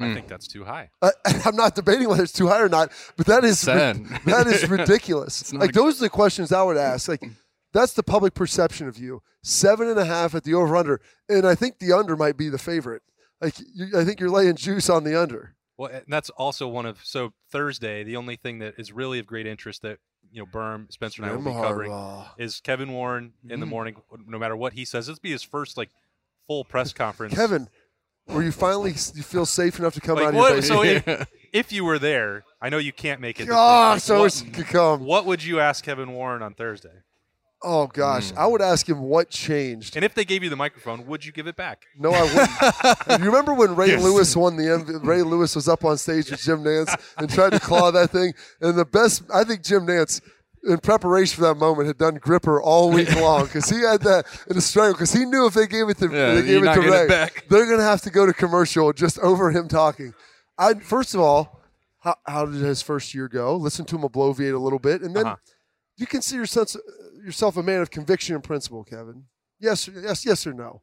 Speaker 1: I
Speaker 3: Mm.
Speaker 1: think that's too high.
Speaker 2: I, Uh, I'm not debating whether it's too high or not, but that is
Speaker 3: Sad.
Speaker 2: that is ridiculous.
Speaker 3: It's not
Speaker 2: like
Speaker 3: a-
Speaker 2: those are the questions I would ask. Like that's the public perception of you. Seven and a half at the over/under, and I think the under might be the favorite. Like you, I think you're laying juice on the under.
Speaker 1: Well, and that's also one of so Thursday. The only thing that is really of great interest that you know Berm Spencer and I will be
Speaker 2: Jim
Speaker 1: covering
Speaker 2: Harbaugh.
Speaker 1: is Kevin Warren in
Speaker 3: Hmm.
Speaker 1: the morning. No matter what he says, this will be his first like full press conference.
Speaker 2: Kevin, were you finally you feel safe enough to come
Speaker 1: Like,
Speaker 2: out
Speaker 1: what-
Speaker 2: of your basement?
Speaker 1: so if, if you were there, I know you can't make it. this week,
Speaker 2: Oh,
Speaker 1: like,
Speaker 2: so
Speaker 1: what,
Speaker 2: it's could come.
Speaker 1: what would you ask Kevin Warren on Thursday?
Speaker 2: Oh gosh,
Speaker 3: Hmm.
Speaker 2: I would ask him what changed.
Speaker 1: And if they gave you the microphone, would you give it back?
Speaker 2: No, I wouldn't. you remember when Ray Lewis won the MV- Ray Lewis was up on stage with Jim Nance and tried to claw that thing. And the best, I think Jim Nance, in preparation for that moment, had done gripper all week long because he had that in the struggle because he knew if they gave it to
Speaker 3: Yeah,
Speaker 2: they
Speaker 3: you're
Speaker 2: gave it
Speaker 3: not
Speaker 2: to
Speaker 3: getting it
Speaker 2: Ray,
Speaker 3: back.
Speaker 2: they're gonna have to go to commercial just over him talking. I first of all, how, how did his first year go? Listen to him obloviate a little bit, and then
Speaker 1: Uh-huh.
Speaker 2: you consider yourself, yourself a man of conviction and principle, Kevin. Yes, yes, yes, or no.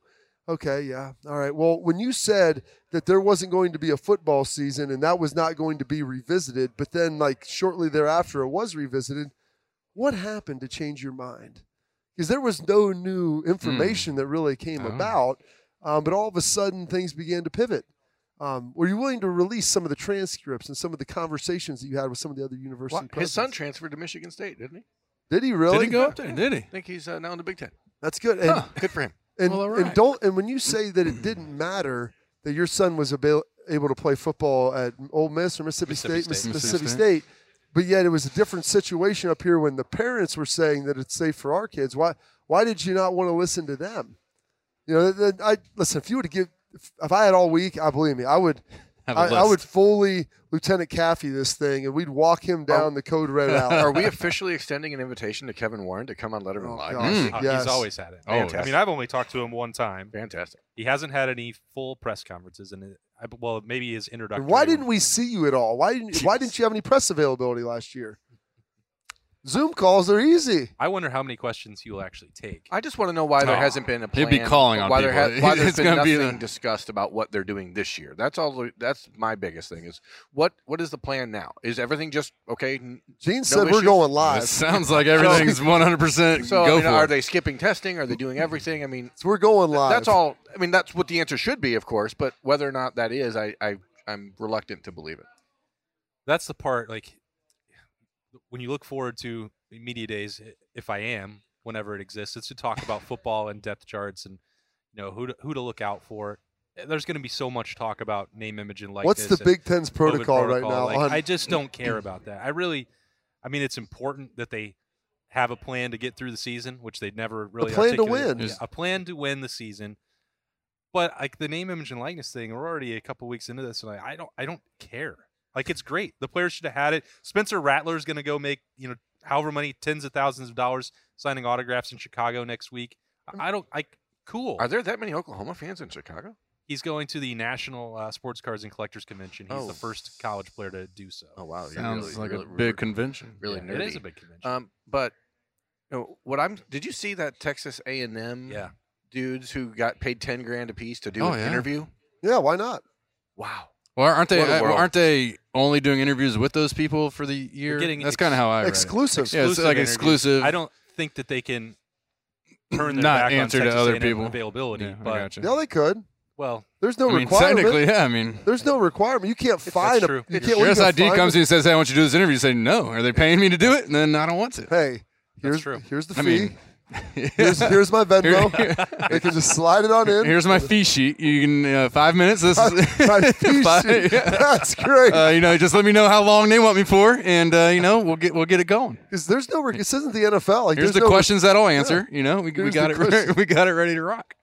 Speaker 2: Okay, yeah. All right. Well, when you said that there wasn't going to be a football season and that was not going to be revisited, but then like shortly thereafter it was revisited, what happened to change your mind? Because there was no new information that really came
Speaker 3: Oh.
Speaker 2: about, um, but all of a sudden things began to pivot. Um, were you willing to release some of the transcripts and some of the conversations that you had with some of the other university?
Speaker 4: Well, his son
Speaker 2: presidents?
Speaker 4: transferred to Michigan State, didn't he?
Speaker 2: did he really?
Speaker 3: Did he go up there? Did he?
Speaker 4: I think he's uh, now in the Big Ten.
Speaker 2: That's good. And
Speaker 3: Huh.
Speaker 4: Good for him.
Speaker 2: and,
Speaker 3: Well, all
Speaker 2: and
Speaker 3: right.
Speaker 2: don't and when you say that it didn't matter that your son was abil- able to play football at Ole Miss or Mississippi,
Speaker 1: Mississippi
Speaker 2: State, Miss-
Speaker 1: State.
Speaker 2: Mississippi
Speaker 3: Mississippi
Speaker 2: State, but yet it was a different situation up here when the parents were saying that it's safe for our kids. Why why did you not want to listen to them? You know, that- that- I listen. If you would give, if, if I had all week, I believe me, I would.
Speaker 3: Have a
Speaker 2: I, I
Speaker 3: list.
Speaker 2: would fully Lieutenant Caffey this thing, and we'd walk him down the code red alley.
Speaker 4: Are we officially extending an invitation to Kevin Warren to come on Letterman
Speaker 2: Oh,
Speaker 4: Live?
Speaker 2: gosh.
Speaker 4: next week?
Speaker 1: Uh,
Speaker 2: Yes.
Speaker 1: He's always had it.
Speaker 3: Oh, yeah.
Speaker 1: I mean, I've only talked to him one time.
Speaker 4: Fantastic.
Speaker 1: He hasn't had any full press conferences, and it, I, well, maybe his introductory.
Speaker 2: And why
Speaker 1: one.
Speaker 2: didn't we see you at all? Why didn't Why didn't you have any press availability last year? Zoom calls are easy.
Speaker 1: I wonder how many questions he will actually take.
Speaker 4: I just want to know why there
Speaker 3: Oh,
Speaker 4: hasn't been a
Speaker 3: he'd
Speaker 4: plan.
Speaker 3: be calling on
Speaker 4: why There
Speaker 3: people.
Speaker 4: ha- why there's
Speaker 3: It's
Speaker 4: been
Speaker 3: gonna be
Speaker 4: nothing
Speaker 3: the-
Speaker 4: discussed about what they're doing this year. That's all. the- That's my biggest thing is what what is the plan now? Is everything just okay? n-
Speaker 2: Gene
Speaker 4: no
Speaker 2: said we're
Speaker 4: issues?
Speaker 2: going
Speaker 3: It
Speaker 2: live.
Speaker 3: sounds like everything's 100%
Speaker 4: So I
Speaker 3: go
Speaker 4: mean,
Speaker 3: for
Speaker 4: are
Speaker 3: it.
Speaker 4: they skipping testing? Are they doing everything? I mean,
Speaker 2: So we're going live.
Speaker 4: that's all. I mean, that's what the answer should be, of course. But whether or not that is, I, I I'm reluctant to believe it.
Speaker 1: that's the part like when you look forward to media days i- if i am whenever it exists it's to talk about football and depth charts and you know who to, who to look out for Eh, there's going to be so much talk about name image and like
Speaker 2: What's the Big Ten's protocol, right now?
Speaker 1: like,
Speaker 2: on-
Speaker 1: i just don't care about that i really i mean it's important that they have a plan to get through the season which they never really
Speaker 2: plan to
Speaker 1: articulated.
Speaker 2: win.
Speaker 1: Yeah, a plan to win the season but like the name image and likeness thing we're already a couple weeks into this and I, I don't i don't care like it's great the players should have had it spencer rattler's going to go make you know however many tens of thousands of dollars signing
Speaker 2: Mm.
Speaker 1: autographs in chicago next week i I don't i cool
Speaker 4: Are there that many Oklahoma fans in Chicago?
Speaker 1: He's going to the National uh, Sports Cards and Collectors Convention. He's
Speaker 4: Oh.
Speaker 1: the first college player to do so.
Speaker 4: Oh wow, you're
Speaker 3: Sounds
Speaker 4: really-
Speaker 3: like
Speaker 4: really-
Speaker 3: a
Speaker 4: really-
Speaker 3: big convention.
Speaker 4: really
Speaker 1: Yeah, It
Speaker 4: nerdy.
Speaker 1: is a big convention.
Speaker 4: Um, but you know, what I'm did you see that Texas A and M
Speaker 1: yeah.
Speaker 4: dudes who got paid ten grand a piece to do
Speaker 3: Oh,
Speaker 4: an
Speaker 3: yeah.
Speaker 4: interview?
Speaker 2: Yeah, why not?
Speaker 4: Wow,
Speaker 3: Well, aren't they?
Speaker 4: What a
Speaker 3: uh, well,
Speaker 4: world.
Speaker 3: aren't they only doing interviews with those people for the year?
Speaker 1: getting
Speaker 3: That's kind of how I read it.
Speaker 2: Exclusive.
Speaker 3: Yeah, it's like
Speaker 1: interviews.
Speaker 3: exclusive.
Speaker 1: I don't think that they can turn their
Speaker 3: Not
Speaker 1: back
Speaker 3: answer
Speaker 1: on
Speaker 3: to
Speaker 1: Texas
Speaker 3: other
Speaker 1: A&M
Speaker 3: people.
Speaker 1: availability.
Speaker 3: Yeah, I
Speaker 1: but
Speaker 3: gotcha.
Speaker 2: No, they could.
Speaker 1: well,
Speaker 2: There's no
Speaker 3: I mean,
Speaker 2: requirement.
Speaker 3: technically, yeah. I mean,
Speaker 2: There's no requirement. You can't find
Speaker 1: true.
Speaker 2: a. You
Speaker 1: It's
Speaker 2: can't,
Speaker 3: your
Speaker 2: you can
Speaker 3: SID
Speaker 2: find
Speaker 3: comes
Speaker 2: a-
Speaker 3: to you and says, "Hey, I want you to do this interview." You say, "No." Are they paying me to do it? And then I don't want to.
Speaker 2: Hey, here's
Speaker 1: true.
Speaker 2: here's the
Speaker 3: I
Speaker 2: fee.
Speaker 3: mean,
Speaker 2: here's, here's my Venmo. they can just slide it on in.
Speaker 3: Here's my fee sheet. You can uh, five minutes. This is
Speaker 2: my fee
Speaker 3: Five-
Speaker 2: sheet.
Speaker 3: yeah.
Speaker 2: That's great.
Speaker 3: Uh, you know, just let me know how long they want me for, and uh, you know, we'll get we'll get it going.
Speaker 2: Because there's no. re- This isn't the NFL. Like,
Speaker 3: Here's
Speaker 2: there's
Speaker 3: the
Speaker 2: no,
Speaker 3: questions that I'll answer. You know, we, we
Speaker 2: Here's
Speaker 3: got
Speaker 2: the
Speaker 3: it re-
Speaker 2: question.
Speaker 3: we got it ready to rock.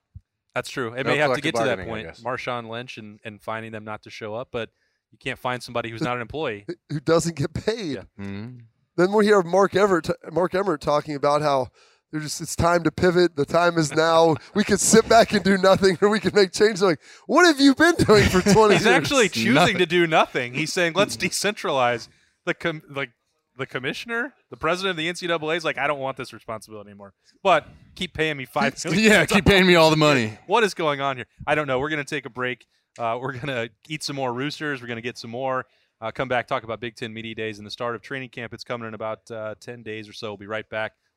Speaker 1: that's true. It
Speaker 4: No
Speaker 1: may have to
Speaker 4: collective
Speaker 1: get to that
Speaker 4: bargaining, I
Speaker 1: point.
Speaker 4: guess.
Speaker 1: Marshawn Lynch and, and finding them not to show up, but you can't find somebody who's not an employee.
Speaker 2: Who doesn't get paid?
Speaker 1: Yeah. Mm-hmm.
Speaker 2: Then we hear Mark Everett, Mark Emmert talking about how they're just it's time to pivot. The time is now. we could sit back and do nothing, or we can make changes. Like, what have you been doing for 20
Speaker 1: He's
Speaker 2: years?
Speaker 1: actually choosing
Speaker 3: nothing.
Speaker 1: to do nothing. He's saying, "Let's
Speaker 4: Hmm.
Speaker 1: decentralize the com- like the commissioner, the president of the NCAA is like, I don't want this responsibility anymore. But keep paying me five million.
Speaker 3: Yeah, keep paying me all the money.
Speaker 1: What is going on here? I don't know. We're gonna take a break. Uh, we're gonna eat some more roosters. We're gonna get some more. Uh, come back, talk about Big Ten Media Days and the start of training camp. It's coming in about uh, ten days or so. We'll be right back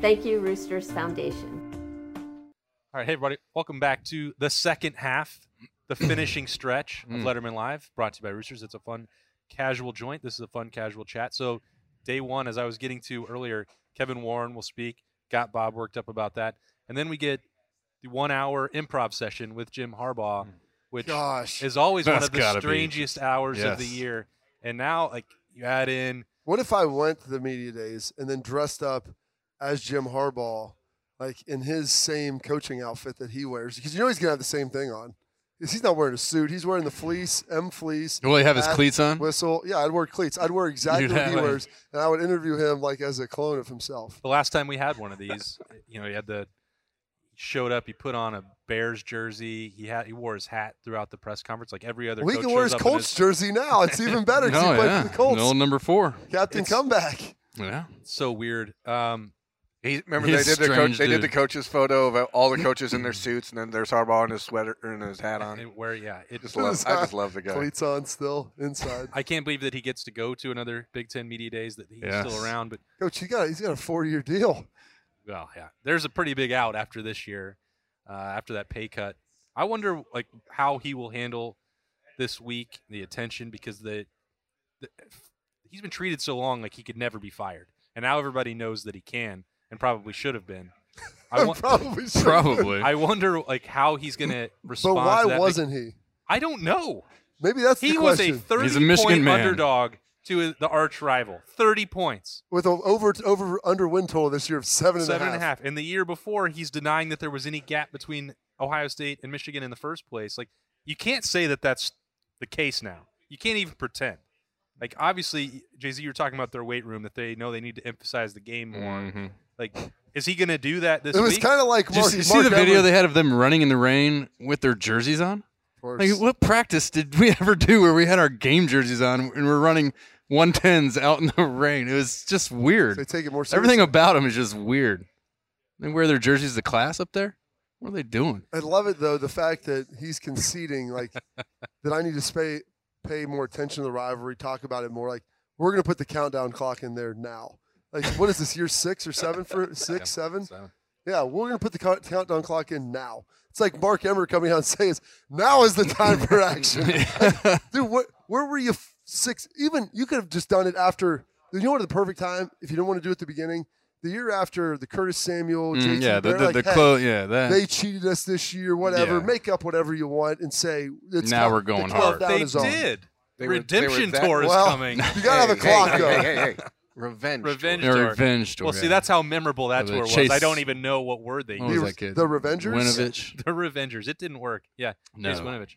Speaker 5: Thank you, Roosters Foundation.
Speaker 1: All right, hey everybody, welcome back to the second half, the finishing stretch of
Speaker 3: Mm.
Speaker 1: Letterman Live, brought to you by Roosters. It's a fun, casual joint. This is a fun, casual chat. So, day one, as I was getting to earlier, Kevin Warren will speak. Got Bob worked up about that, and then we get the one-hour improv session with Jim Harbaugh, which
Speaker 2: Gosh,
Speaker 1: is always one
Speaker 3: Mm. That's
Speaker 1: of the
Speaker 3: gotta be-
Speaker 1: strangest hours of the
Speaker 3: Yes.
Speaker 1: year. And now, like you add in
Speaker 2: what if I went to the media days and then dressed up as Jim Harbaugh, like in his same coaching outfit that he wears? Because you know he's gonna have the same thing on. 'Cause He's not wearing a suit. He's wearing the fleece, M fleece.
Speaker 3: Will he have his
Speaker 2: hat,
Speaker 3: cleats on?
Speaker 2: Whistle. Yeah, I'd wear cleats. I'd wear exactly
Speaker 3: You'd
Speaker 2: what
Speaker 3: have
Speaker 2: he
Speaker 3: it.
Speaker 2: wears, and I would interview him like as a clone of himself.
Speaker 1: the last time we had one of these, you know, he had the showed up, he put on a Bears jersey, he had he wore his hat throughout the press conference, like every other.
Speaker 2: We
Speaker 1: coach
Speaker 2: can
Speaker 1: shows
Speaker 2: wear his
Speaker 1: up in
Speaker 2: Colts jersey now. It's even better because
Speaker 3: No,
Speaker 2: he played
Speaker 3: yeah.
Speaker 2: for the Colts.
Speaker 3: Little number four.
Speaker 2: Captain
Speaker 1: It's-
Speaker 2: Comeback.
Speaker 3: Yeah.
Speaker 1: It's so weird. Um,
Speaker 4: he remember
Speaker 3: He's
Speaker 4: they did
Speaker 3: a
Speaker 4: their coach,
Speaker 3: strange
Speaker 4: they did the
Speaker 3: dude.
Speaker 4: coaches photo of all the coaches in their suits, and then there's Harbaugh in his sweater and his hat on.
Speaker 1: and where yeah, it
Speaker 4: Just love, I just love the guy.
Speaker 2: Cleats on still inside.
Speaker 1: I can't believe that he gets to go to another Big Ten media days that he's
Speaker 3: Yes.
Speaker 1: still around. But
Speaker 2: Coach, he got he's got a four year deal.
Speaker 1: well, yeah, there's a pretty big out after this year, uh, after that pay cut. I wonder like how he will handle this week the attention because the, the he's been treated so long like he could never be fired, and now everybody knows that he can and probably should have been. I,
Speaker 2: I'm
Speaker 1: won-
Speaker 2: probably sure.
Speaker 3: Probably.
Speaker 1: I wonder like how he's gonna
Speaker 2: But
Speaker 1: respond.
Speaker 2: why
Speaker 1: to that. Like,
Speaker 2: wasn't he?
Speaker 1: I don't know?
Speaker 2: Maybe that's
Speaker 1: He
Speaker 2: the
Speaker 1: was a
Speaker 2: question.
Speaker 1: thirty
Speaker 3: Michigan
Speaker 1: point
Speaker 3: man.
Speaker 1: underdog to his- the arch rival, thirty points.
Speaker 2: With an over over under win total this year of seven and a half.
Speaker 1: seven and a half. And the year before, he's denying that there was any gap between Ohio State and Michigan in the first place. Like, you can't say that that's the case now. You can't even pretend. Like, obviously, Jay Z, you're talking about their weight room that they know they need to emphasize the game more.
Speaker 3: Mhm.
Speaker 1: Like, is he going to do that this
Speaker 2: It was
Speaker 1: week?
Speaker 2: kind of like
Speaker 3: Did you
Speaker 2: Mark.
Speaker 3: see, see
Speaker 2: Mark
Speaker 3: the video
Speaker 2: Everett-
Speaker 3: they had of them running in the rain with their jerseys on?
Speaker 2: Of course.
Speaker 3: Like, what practice did we ever do where we had our game jerseys on and we're running 110s out in the rain? It was just
Speaker 2: They
Speaker 3: weird.
Speaker 2: take it more seriously.
Speaker 3: Everything about them is just weird. They wear their jerseys to class up there. What are they doing?
Speaker 2: I love it though the fact that he's conceding like that I need to pay pay more attention to the rivalry, talk about it more. Like we're gonna put the countdown clock in there now. Like what is this year six or seven for six seven?
Speaker 1: Seven.
Speaker 2: Yeah, we're gonna put the count- countdown clock in now. It's like Mark Emmer coming out and saying, "Now is the time for action."
Speaker 3: Mm,
Speaker 2: Like, dude, what, where were you f- six? Even you could have just done it after. You know what? The perfect time if you didn't want to do it at the beginning. the year after the Curtis Samuel,
Speaker 3: Mm,
Speaker 2: JT
Speaker 3: yeah, the,
Speaker 2: Barrett,
Speaker 3: the,
Speaker 2: like,
Speaker 3: the
Speaker 2: hey,
Speaker 3: clo- yeah, that.
Speaker 2: they cheated us this year, whatever.
Speaker 3: Yeah.
Speaker 2: Make up whatever you want and say it's
Speaker 3: Now
Speaker 2: count-
Speaker 3: we're
Speaker 2: the
Speaker 3: going hard.
Speaker 2: countdown
Speaker 1: they
Speaker 2: is on.
Speaker 1: did.
Speaker 4: They were- they were
Speaker 1: Redemption
Speaker 4: that-
Speaker 1: tour is
Speaker 2: well,
Speaker 1: coming.
Speaker 2: You gotta have a
Speaker 4: Hey, hey,
Speaker 2: clock
Speaker 4: hey,
Speaker 2: though.
Speaker 4: Hey, hey, hey. Revenge.
Speaker 1: Revenge
Speaker 3: They're
Speaker 1: tour.
Speaker 3: revenge
Speaker 1: Well,
Speaker 3: tour,
Speaker 1: see,
Speaker 3: yeah.
Speaker 1: that's how memorable that
Speaker 3: The
Speaker 1: tour was.
Speaker 3: chase-
Speaker 1: I don't even know what word they
Speaker 3: What
Speaker 1: used.
Speaker 3: was that
Speaker 2: The-
Speaker 3: kid?
Speaker 2: the Revengers?
Speaker 3: Winovich.
Speaker 1: The Revengers. It didn't work. Yeah.
Speaker 3: No.
Speaker 1: Chase Winovich.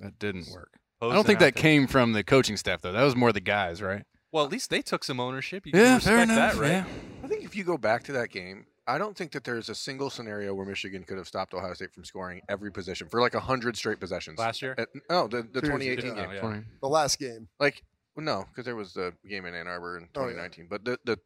Speaker 3: That didn't work. I
Speaker 1: Posing
Speaker 3: don't think
Speaker 1: out
Speaker 3: that
Speaker 1: there.
Speaker 3: came from the coaching staff though. That was more the guys, right?
Speaker 1: Well, at least they took some ownership. You can respect that, right?
Speaker 3: yeah.
Speaker 4: I think if you go back to that game, I don't think that there's a single scenario where Michigan could have stopped Ohio State from scoring every position for like 100 straight possessions.
Speaker 1: Last year?
Speaker 4: Uh, no, the, the
Speaker 2: Two years
Speaker 4: 2018
Speaker 1: ago.
Speaker 4: game.
Speaker 1: Yeah.
Speaker 3: Funny.
Speaker 2: The last game.
Speaker 4: Like, well, no, because there was the game in Ann Arbor in
Speaker 2: Oh, yeah.
Speaker 4: 2019. But the, the,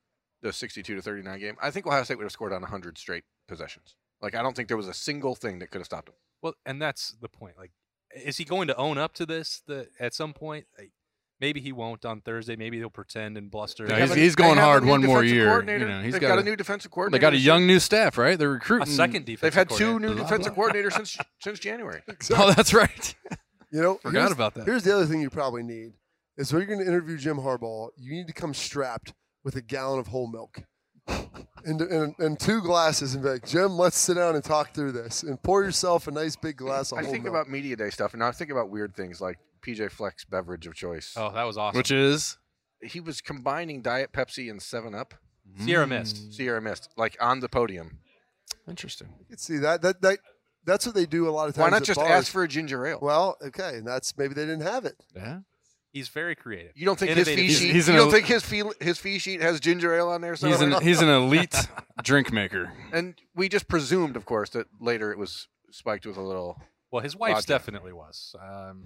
Speaker 4: the 62 to 39 game, I think Ohio State would have scored on 100 straight possessions. Like, I don't think there was a single thing that could have stopped them.
Speaker 1: Well, and that's the point. Like, is he going to own up to this? The at some point, like, maybe he won't on Thursday. Maybe he'll pretend and bluster.
Speaker 4: They
Speaker 3: No,
Speaker 4: have
Speaker 3: he's-
Speaker 4: a-
Speaker 1: Have
Speaker 3: he's
Speaker 4: they
Speaker 3: going
Speaker 4: have a
Speaker 3: hard
Speaker 4: new
Speaker 3: one more
Speaker 4: defensive
Speaker 3: year,
Speaker 4: coordinator.
Speaker 3: you know, he's
Speaker 4: They've
Speaker 3: got
Speaker 4: got,
Speaker 3: a-
Speaker 4: a new defensive
Speaker 3: They
Speaker 4: coordinator.
Speaker 3: got a
Speaker 4: this year.
Speaker 3: young new staff, right? They're
Speaker 1: a
Speaker 3: recruiting.
Speaker 1: second defense.
Speaker 4: They've had two new
Speaker 3: Blah,
Speaker 4: defensive
Speaker 3: blah.
Speaker 4: coordinators since since January.
Speaker 3: Oh, that's right.
Speaker 2: You know,
Speaker 3: Forgot
Speaker 2: here's-
Speaker 3: about that.
Speaker 2: Here's the other thing you probably need is when you're going to interview Jim Harbaugh, you need to come strapped with a gallon of whole milk. And, and, and two glasses and be like, Jim, let's sit down and talk through this and pour yourself a nice big glass of
Speaker 4: I
Speaker 2: whole
Speaker 4: think
Speaker 2: milk.
Speaker 4: about media day stuff, and I think about weird things like PJ Flex beverage of choice.
Speaker 1: Oh, that was awesome.
Speaker 3: Which is
Speaker 4: He was combining Diet Pepsi and Seven Up,
Speaker 1: Sierra missed.
Speaker 4: Sierra Mist, like on the podium.
Speaker 3: interesting.
Speaker 2: you can see that, that that that's what they do a lot of times.
Speaker 4: Why not
Speaker 2: at
Speaker 4: just
Speaker 2: bars.
Speaker 4: ask for a ginger ale?
Speaker 2: Well, okay, and that's maybe they didn't have it.
Speaker 3: Yeah.
Speaker 1: He's very creative.
Speaker 4: you don't think
Speaker 1: Innovative.
Speaker 4: his
Speaker 3: He's-
Speaker 4: fee sheet?
Speaker 3: he's an
Speaker 4: you don't
Speaker 3: el-
Speaker 4: think his fee his fee sheet has ginger ale on there?
Speaker 3: He's
Speaker 4: somewhere?
Speaker 3: an he's an elite drink maker.
Speaker 4: and we just presumed, of course, that later it was spiked with a little.
Speaker 1: Well, his wife's
Speaker 4: Roger.
Speaker 1: definitely was. Um,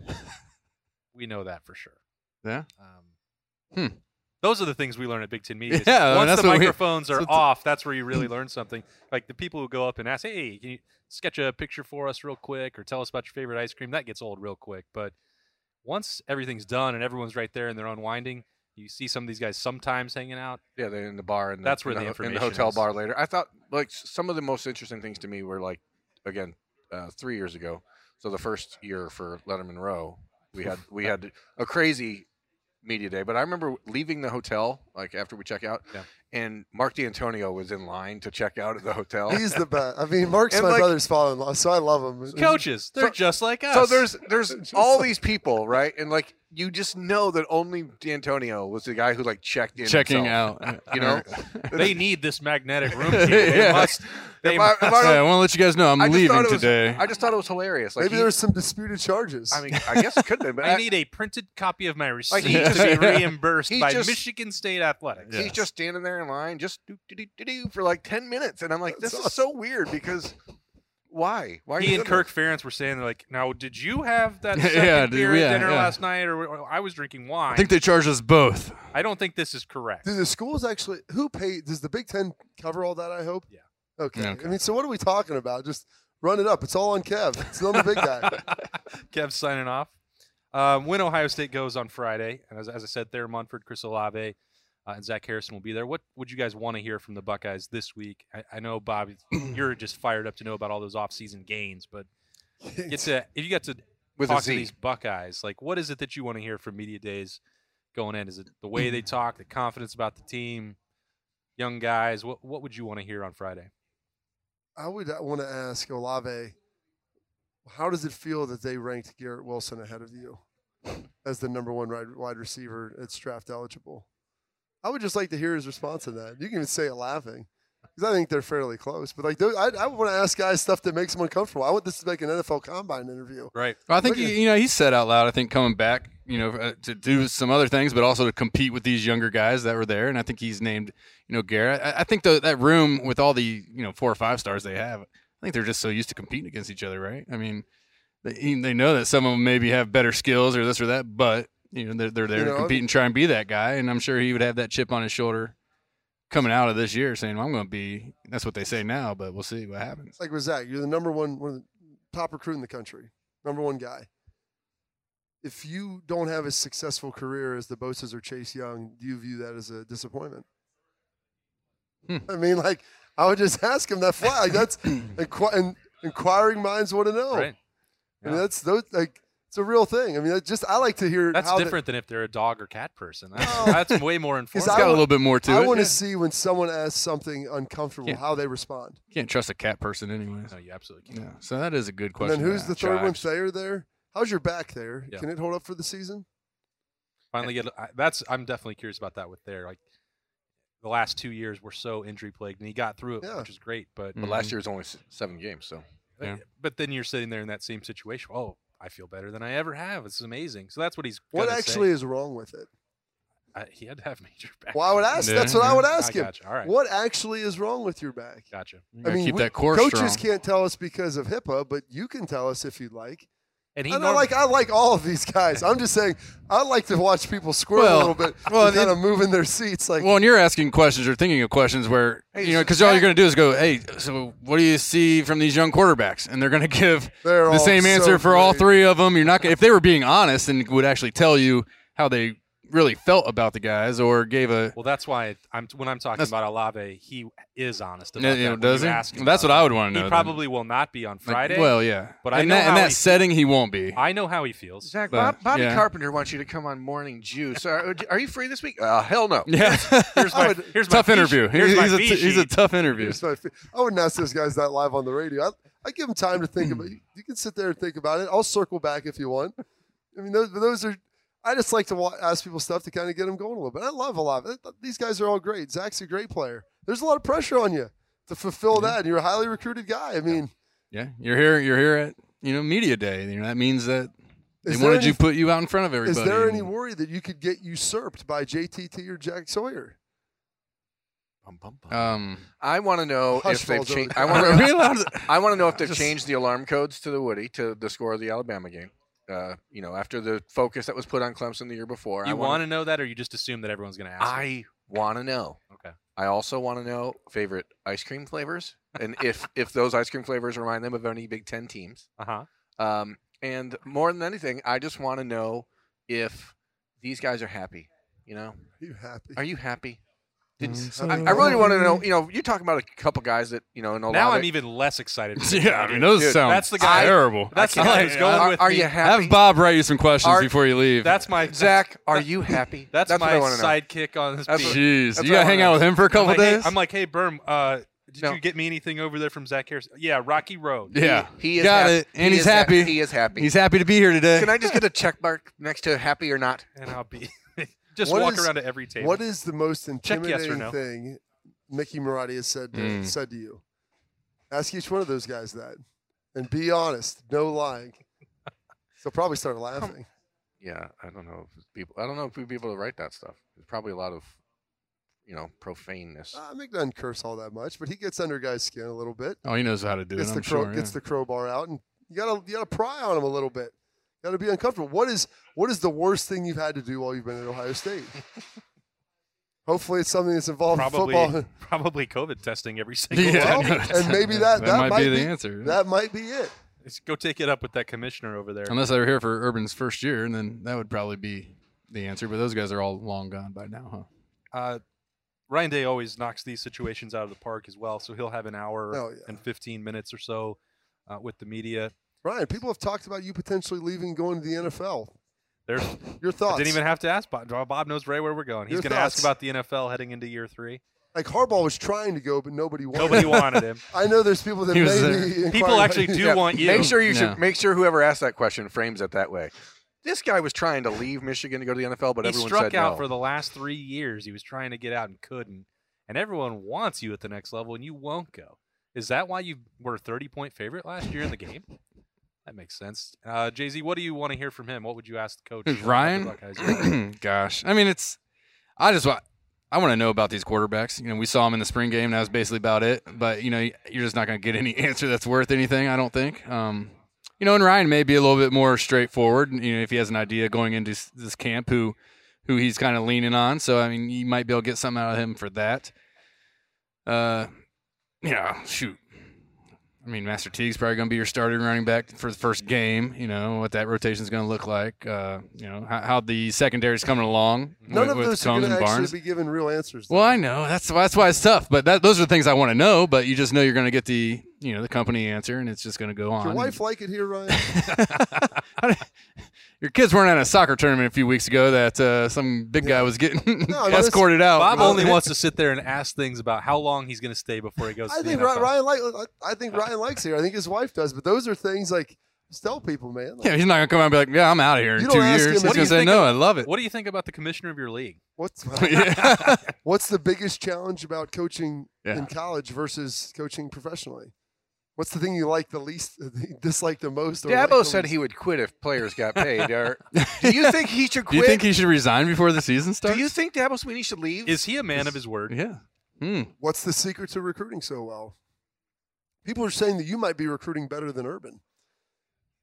Speaker 1: we know that for sure.
Speaker 3: Yeah.
Speaker 1: Um,
Speaker 3: Hmm.
Speaker 1: Those are the things we learn at Big Ten Media.
Speaker 3: Yeah, I mean,
Speaker 1: Once
Speaker 3: that's
Speaker 1: the
Speaker 3: what we-
Speaker 1: microphones are
Speaker 3: that's what the-
Speaker 1: off, that's where you really learn something. Like the people who go up and ask, "Hey, can you sketch a picture for us real quick, or tell us about your favorite ice cream?" That gets old real quick. But once everything's done and everyone's right there and they're unwinding, you see some of these guys sometimes hanging out.
Speaker 4: Yeah, they're in the bar and
Speaker 1: That's where the
Speaker 4: in
Speaker 1: information
Speaker 4: the hotel
Speaker 1: is.
Speaker 4: bar later. I thought like s- some of the most interesting things to me were like again uh, three years ago. So the first year for Letterman Row, we had we had a crazy media day. But I remember leaving the hotel like after we check out,
Speaker 1: Yeah.
Speaker 4: and Mark D'Antonio was in line to check out at the hotel.
Speaker 2: He's the best. I mean, Mark's
Speaker 4: And
Speaker 2: my
Speaker 4: like-
Speaker 2: brother's father-in-law, so I love him.
Speaker 1: Coaches, they're
Speaker 4: So-
Speaker 1: just like us.
Speaker 4: so there's there's all these people, right? And like you just know that only D'Antonio was the guy who like checked in
Speaker 3: Checking
Speaker 4: himself.
Speaker 3: out.
Speaker 4: You know,
Speaker 1: they need this magnetic room. Key. They
Speaker 3: Yeah.
Speaker 1: must. They
Speaker 4: If I-
Speaker 1: must-
Speaker 4: if I
Speaker 3: Yeah,
Speaker 4: don't-
Speaker 3: I want to let you guys know I'm
Speaker 4: I just thought
Speaker 3: leaving
Speaker 4: it was-
Speaker 3: today.
Speaker 4: I just thought it was hilarious. Like
Speaker 2: Maybe
Speaker 4: he-
Speaker 2: there's some disputed charges.
Speaker 4: I mean, I guess it could be, but
Speaker 1: I
Speaker 4: I-
Speaker 1: need a printed copy of my receipt
Speaker 4: Like, he
Speaker 1: to
Speaker 4: just-
Speaker 1: be reimbursed
Speaker 4: he
Speaker 1: by
Speaker 4: just-
Speaker 1: Michigan State Athletics.
Speaker 4: he's just standing there in line, just do do do do do for like ten minutes, and I'm like, this
Speaker 2: That's
Speaker 4: is so weird because why? Why are
Speaker 1: He
Speaker 4: you
Speaker 1: and
Speaker 4: doing
Speaker 1: Kirk Ferentz were saying like, "Now, did you have that
Speaker 3: Yeah,
Speaker 1: second
Speaker 3: dude,
Speaker 1: beer at
Speaker 3: yeah,
Speaker 1: dinner
Speaker 3: yeah.
Speaker 1: last night, or, or I was drinking wine?
Speaker 3: I think they charged us both.
Speaker 1: I don't think this is correct."
Speaker 2: Do the schools actually who pay does the Big Ten cover all that, I hope?
Speaker 1: Yeah.
Speaker 2: Okay.
Speaker 3: Okay.
Speaker 2: I mean, so what are we talking about? Just run it up. It's all on Kev. It's on the big guy.
Speaker 1: Kev signing off. Um, when Ohio State goes on Friday, and as, as I said, Thayer Munford, Chris Olave, uh, and Zach Harrison will be there. What would you guys want to hear from the Buckeyes this week? I, I know, Bob, you're just fired up to know about all those offseason gains, but get to, if you got to
Speaker 4: With a
Speaker 1: talk to
Speaker 4: Z.
Speaker 1: these Buckeyes, like what is it that you want to hear from media days going in? Is it the way they talk, the confidence about the team, young guys? What what would you want to hear on Friday?
Speaker 2: I would want to ask Olave, how does it feel that they ranked Garrett Wilson ahead of you as the number one wide wide receiver that's draft eligible? I would just like to hear his response to that. You can even say it laughing. Because I think they're fairly close, but like those, I, I want to ask guys stuff that makes them uncomfortable. I want this to make an NFL Combine interview.
Speaker 1: Right.
Speaker 3: Well, I think
Speaker 2: Look
Speaker 3: you,
Speaker 2: at-
Speaker 3: you know he said out loud. I think coming back, you know, uh, to do some other things, but also to compete with these younger guys that were there. And I think he's named, you know, Garrett. I, I think tho- that room with all the you know four or five stars they have, I think they're just so used to competing against each other, right? I mean, they, they know that some of them maybe have better skills or this or that, but you know they're, they're there
Speaker 2: You
Speaker 3: to
Speaker 2: know,
Speaker 3: compete and try and be that guy. And I'm sure he would have that chip on his shoulder coming out of this year, saying, well, "I'm going to be." That's what they say now, but we'll see what happens.
Speaker 2: It's like with Zach, you're the number one, one of the top recruit in the country, number one guy. If you don't have a successful career as the Bosa's or Chase Young, do you view that as a disappointment?
Speaker 3: Hmm.
Speaker 2: I mean, like, I would just ask him that flat. Like, Oh, that's inqu- in- inquiring minds want to know.
Speaker 1: Right.
Speaker 2: I mean, that's those like It's a real thing. I mean, I just I like to hear
Speaker 1: That's
Speaker 2: how the-
Speaker 1: different than if they're a dog or cat person. That's, that's way more
Speaker 3: It's
Speaker 1: informed.
Speaker 2: I
Speaker 3: got a
Speaker 2: wa-
Speaker 3: little bit more to
Speaker 2: I
Speaker 3: it.
Speaker 2: want to
Speaker 3: Yeah.
Speaker 2: see when someone asks something uncomfortable,
Speaker 3: Yeah.
Speaker 2: how they respond.
Speaker 3: Can't trust a cat person, anyways.
Speaker 1: No, you absolutely can't.
Speaker 3: Yeah. So that is a good
Speaker 2: And
Speaker 3: question.
Speaker 2: then who's
Speaker 3: to
Speaker 2: the
Speaker 3: ask.
Speaker 2: third one?
Speaker 1: Chives.
Speaker 2: Thayer there. How's your back there?
Speaker 1: Yeah.
Speaker 2: Can it hold up for the season?
Speaker 1: Finally, get I- that's. I'm definitely curious about that with there. Like the last two years were so injury plagued, and he got through it,
Speaker 2: Yeah.
Speaker 1: which is great. But uh,
Speaker 4: But last year was only s- seven games, so
Speaker 3: Yeah.
Speaker 1: but then you're sitting there in that same situation. Oh, I feel better than I ever have. It's amazing. So that's what he's.
Speaker 2: What
Speaker 1: gonna say.
Speaker 2: actually is wrong with it?
Speaker 1: I, Uh, he had to have major back.
Speaker 2: Well, I would ask.
Speaker 3: Yeah,
Speaker 2: That's what I
Speaker 3: yeah.
Speaker 2: would
Speaker 1: I
Speaker 2: ask him.
Speaker 1: gotcha. All right.
Speaker 2: What actually is wrong with your back?
Speaker 1: Gotcha.
Speaker 3: You
Speaker 2: I
Speaker 3: gotta
Speaker 2: mean,
Speaker 3: keep
Speaker 2: we-
Speaker 3: that core
Speaker 2: coaches
Speaker 3: strong.
Speaker 2: can't tell us because of HIPAA, but you can tell us if you'd like.
Speaker 1: And he
Speaker 2: And I
Speaker 1: norm-
Speaker 2: like I like all of these guys. I'm just saying I like to watch people squirm
Speaker 3: Well,
Speaker 2: a little bit,
Speaker 3: well,
Speaker 2: and kind
Speaker 3: it-
Speaker 2: of move in their seats. Like
Speaker 3: Well, and you're asking questions or thinking of questions where
Speaker 4: Hey,
Speaker 3: you know
Speaker 4: so
Speaker 3: because all
Speaker 4: Pat-
Speaker 3: you're going to do is go, "Hey, so what do you see from these young quarterbacks?" And they're going to give
Speaker 2: They're
Speaker 3: the
Speaker 2: all
Speaker 3: same
Speaker 2: so
Speaker 3: answer for all
Speaker 2: great.
Speaker 3: three of them. You're not gonna, if they were being honest and would actually tell you how they really felt about the guys or gave a
Speaker 1: Well, that's why I'm when I'm talking
Speaker 3: That's-
Speaker 1: about Alave, he is honest
Speaker 3: Yeah,
Speaker 1: about
Speaker 3: yeah,
Speaker 1: that. when
Speaker 3: does
Speaker 1: you
Speaker 3: he?
Speaker 1: ask him
Speaker 3: That's
Speaker 1: about
Speaker 3: what I
Speaker 1: that.
Speaker 3: would wanna know
Speaker 1: He
Speaker 3: then.
Speaker 1: probably will not be on
Speaker 3: like,
Speaker 1: Friday.
Speaker 3: well, yeah,
Speaker 1: but
Speaker 3: in
Speaker 1: I know
Speaker 3: that, in
Speaker 1: how
Speaker 3: that
Speaker 1: he-
Speaker 3: setting he won't be.
Speaker 1: I know how he feels.
Speaker 4: Zach
Speaker 3: But,
Speaker 4: Bob, Bobby
Speaker 3: yeah.
Speaker 4: Carpenter wants you to come on Morning Jew. So are, are you free this week? Uh, hell no.
Speaker 3: yeah,
Speaker 1: Here's my, here's my
Speaker 3: tough
Speaker 1: fee
Speaker 3: interview.
Speaker 1: sheet. Here's
Speaker 3: He's,
Speaker 1: my
Speaker 3: a,
Speaker 1: fee
Speaker 3: t- he's a
Speaker 1: sheet.
Speaker 3: tough interview.
Speaker 2: Here's my fe- I wouldn't ask those guys that live on the radio. I, I give them time to think
Speaker 3: Hmm.
Speaker 2: about. You can sit there and think about it. I'll circle back if you want. I mean, those, those are. I just like to wa- ask people stuff to kind of get them going a little bit. I love a lot. These guys are all great. Zach's a great player. There's a lot of pressure on you to fulfill that, and you're a highly recruited guy. I mean,
Speaker 3: Yeah, you're here. You're here at you know media day. You know that means that they
Speaker 2: Is there
Speaker 3: wanted
Speaker 2: any-
Speaker 3: you put you out in front of everybody.
Speaker 2: is there any
Speaker 3: and-
Speaker 2: worry that you could get usurped by JTT or Jack Sawyer?
Speaker 4: Bum, bum, bum.
Speaker 3: Um,
Speaker 4: I want to know
Speaker 2: Hush
Speaker 4: if they've
Speaker 2: falls over
Speaker 4: changed.
Speaker 2: the
Speaker 4: I
Speaker 2: crowd.
Speaker 4: want
Speaker 3: are
Speaker 4: to.
Speaker 3: we allowed to-
Speaker 4: I want to know if they've
Speaker 3: Just-
Speaker 4: changed the alarm codes to the Woody to the score of the Alabama game. Uh, you know, after the focus that was put on Clemson the year before. I
Speaker 1: You
Speaker 4: wanna-
Speaker 1: want to know that, or you just assume that everyone's going to ask? him?
Speaker 4: I want to know.
Speaker 1: okay.
Speaker 4: I also want to know favorite ice cream flavors and if if those ice cream flavors remind them of any Big Ten teams.
Speaker 1: Uh huh.
Speaker 4: Um, and more than anything, I just want to know if these guys are happy. You know,
Speaker 2: Are you happy?
Speaker 4: are you happy? Did,
Speaker 2: Mm, so mm.
Speaker 4: I, I really want to know.
Speaker 2: happy.
Speaker 4: You know, you're talking about a couple guys that you know. In
Speaker 1: Now
Speaker 4: Olave-
Speaker 1: I'm even less excited. for
Speaker 3: yeah, I mean those
Speaker 4: Dude,
Speaker 3: sound
Speaker 1: that's the guy-
Speaker 3: terrible.
Speaker 1: That's the
Speaker 3: I
Speaker 1: guy
Speaker 3: like-
Speaker 1: who's going
Speaker 4: are,
Speaker 1: with
Speaker 4: are
Speaker 1: me.
Speaker 4: you happy?
Speaker 3: Have Bob write you some questions
Speaker 4: Are-
Speaker 3: before you leave.
Speaker 1: That's my
Speaker 4: Zach, are you happy?
Speaker 1: That's
Speaker 4: That's what
Speaker 1: my
Speaker 4: I wanna know.
Speaker 1: sidekick on this.
Speaker 4: That's
Speaker 1: beat.
Speaker 4: what-
Speaker 3: jeez.
Speaker 4: that's
Speaker 3: you
Speaker 4: what I
Speaker 3: gotta hang
Speaker 4: wanna
Speaker 3: out with him for a couple
Speaker 1: I'm like, hey-
Speaker 3: days.
Speaker 1: I'm like, hey, Berm, uh, did
Speaker 4: No.
Speaker 1: you get me anything over there from Zach Harris? Yeah, Rocky Road.
Speaker 3: yeah,
Speaker 4: He is
Speaker 3: got
Speaker 4: happy.
Speaker 3: it, and
Speaker 4: He
Speaker 3: he's
Speaker 4: is hap-
Speaker 3: happy.
Speaker 4: He is happy.
Speaker 3: He's happy to be here today.
Speaker 4: Can I just get a check mark next to happy or not?
Speaker 1: And I'll be just
Speaker 2: What
Speaker 1: walk
Speaker 2: is-
Speaker 1: around to every table.
Speaker 2: What is the most
Speaker 1: yes or
Speaker 2: intimidating
Speaker 1: no.
Speaker 2: thing Mickey Marotti has said to,
Speaker 3: Mm.
Speaker 2: said to you? Ask each one of those guys that, and be honest, no lying. They'll probably start laughing.
Speaker 4: Yeah, I don't know if people. I don't know if we'd be able to write that stuff. There's probably a lot of, you know, profaneness.
Speaker 2: Uh, Mick doesn't curse all that much, but he gets under guys' skin a little bit.
Speaker 3: oh, he knows how to do it.
Speaker 2: Gets
Speaker 3: I'm
Speaker 2: the crow,
Speaker 3: sure. yeah.
Speaker 2: gets the crowbar out, and you gotta you gotta pry on him a little bit. gotta be uncomfortable. What is what is the worst thing you've had to do while you've been at Ohio State? Hopefully, it's something that's involved
Speaker 1: probably
Speaker 2: in football.
Speaker 1: probably COVID testing every single
Speaker 3: Yeah,
Speaker 1: day.
Speaker 2: Well,
Speaker 3: I know it's-
Speaker 2: and maybe that- that
Speaker 3: might,
Speaker 2: might
Speaker 3: be,
Speaker 2: be-
Speaker 3: the answer.
Speaker 2: That might be it.
Speaker 1: Just go take it up with that commissioner over there.
Speaker 3: Unless they were here for Urban's first year, and then that would probably be the answer. But those guys are all long gone by now, huh?
Speaker 1: Uh, Ryan Day always knocks these situations out of the park as well, so he'll have an hour
Speaker 2: Oh, yeah.
Speaker 1: and 15 minutes or so uh, with the media.
Speaker 2: Ryan, people have talked about you potentially leaving, and going to the NFL.
Speaker 1: There's
Speaker 2: Your thoughts?
Speaker 1: I didn't even have to ask Bob. Bob knows right where we're going. He's
Speaker 2: Your
Speaker 1: going to ask about
Speaker 2: thoughts?
Speaker 1: the NFL heading into year three.
Speaker 2: like Harbaugh was trying to go, but nobody wanted.
Speaker 1: Nobody
Speaker 2: him.
Speaker 1: wanted him.
Speaker 2: I know there's people that
Speaker 3: He was there.
Speaker 2: maybe
Speaker 1: People actually do
Speaker 4: Yeah,
Speaker 1: want you.
Speaker 4: Make sure you
Speaker 3: No.
Speaker 4: should make sure whoever asked that question frames it that way. This guy was trying to leave Michigan to go to the NFL, but
Speaker 1: he
Speaker 4: everyone
Speaker 1: struck
Speaker 4: said
Speaker 1: out
Speaker 4: no.
Speaker 1: for the last three years. He was trying to get out and couldn't. And everyone wants you at the next level, and you won't go. Is that why you were a 30 point favorite last year in the game? That makes sense. Uh, Jay Z, what do you want to hear from him? What would you ask the coach? uh,
Speaker 3: Who's
Speaker 1: of the Buckeyes?
Speaker 3: Ryan? Gosh, I mean, it's. I just want. I want to know about these quarterbacks. You know, we saw them in the spring game, and that was basically about it. But you know, you're just not going to get any answer that's worth anything. I don't think. Um, you know, and Ryan may be a little bit more straightforward. You know, if he has an idea going into s- this camp, who, who he's kind of leaning on. So I mean, you might be able to get something out of him for that. Uh, you know, shoot. I mean, Master Teague's probably going to be your starting running back for the first game. You know what that rotation is going to look like. Uh, you know how, how the secondary's coming along.
Speaker 2: None
Speaker 3: with,
Speaker 2: of
Speaker 3: with
Speaker 2: those are
Speaker 3: Combs
Speaker 2: going to
Speaker 3: and
Speaker 2: actually
Speaker 3: Barnes.
Speaker 2: be given real answers. though.
Speaker 3: Well, I know that's why- that's why it's tough. But that, those are the things I want to know. But you just know you're going to get the you know the company answer, and it's just going to go on.
Speaker 2: Your wife like it here, Ryan?
Speaker 3: Your kids weren't at a soccer tournament a few weeks ago that uh, some big guy was getting
Speaker 2: No, no,
Speaker 3: escorted out.
Speaker 1: Bob
Speaker 3: No.
Speaker 1: only wants to sit there and ask things about how long he's going to stay before he goes.
Speaker 2: I
Speaker 1: to
Speaker 2: think
Speaker 1: the
Speaker 2: Ry-
Speaker 1: NFL.
Speaker 2: Ryan like. I think Ryan likes here. I think his wife does. But those are things like just tell people, man. Like,
Speaker 3: Yeah, he's not gonna come out and be like, "Yeah, I'm out of here in
Speaker 2: You
Speaker 3: two
Speaker 2: don't ask
Speaker 3: years."
Speaker 2: him
Speaker 3: He's
Speaker 2: what
Speaker 3: gonna
Speaker 2: do you
Speaker 3: say,
Speaker 1: think
Speaker 3: "No,
Speaker 1: of-
Speaker 3: I love it."
Speaker 1: What do you think about the commissioner of your league?
Speaker 2: What's
Speaker 3: Yeah.
Speaker 2: what's the biggest challenge about coaching
Speaker 3: Yeah.
Speaker 2: in college versus coaching professionally? What's the thing you like the least, dislike the most? Or like
Speaker 4: Dabo
Speaker 2: the
Speaker 4: said
Speaker 2: least?
Speaker 4: he would quit if players got paid. Or, do you think he should
Speaker 3: Do you
Speaker 4: quit?
Speaker 3: think he should resign before the season starts?
Speaker 4: do you think Dabo Sweeney should leave?
Speaker 1: Is he a man of his word?
Speaker 3: yeah. Hmm.
Speaker 2: What's the secret to recruiting so well? People are saying that you might be recruiting better than Urban.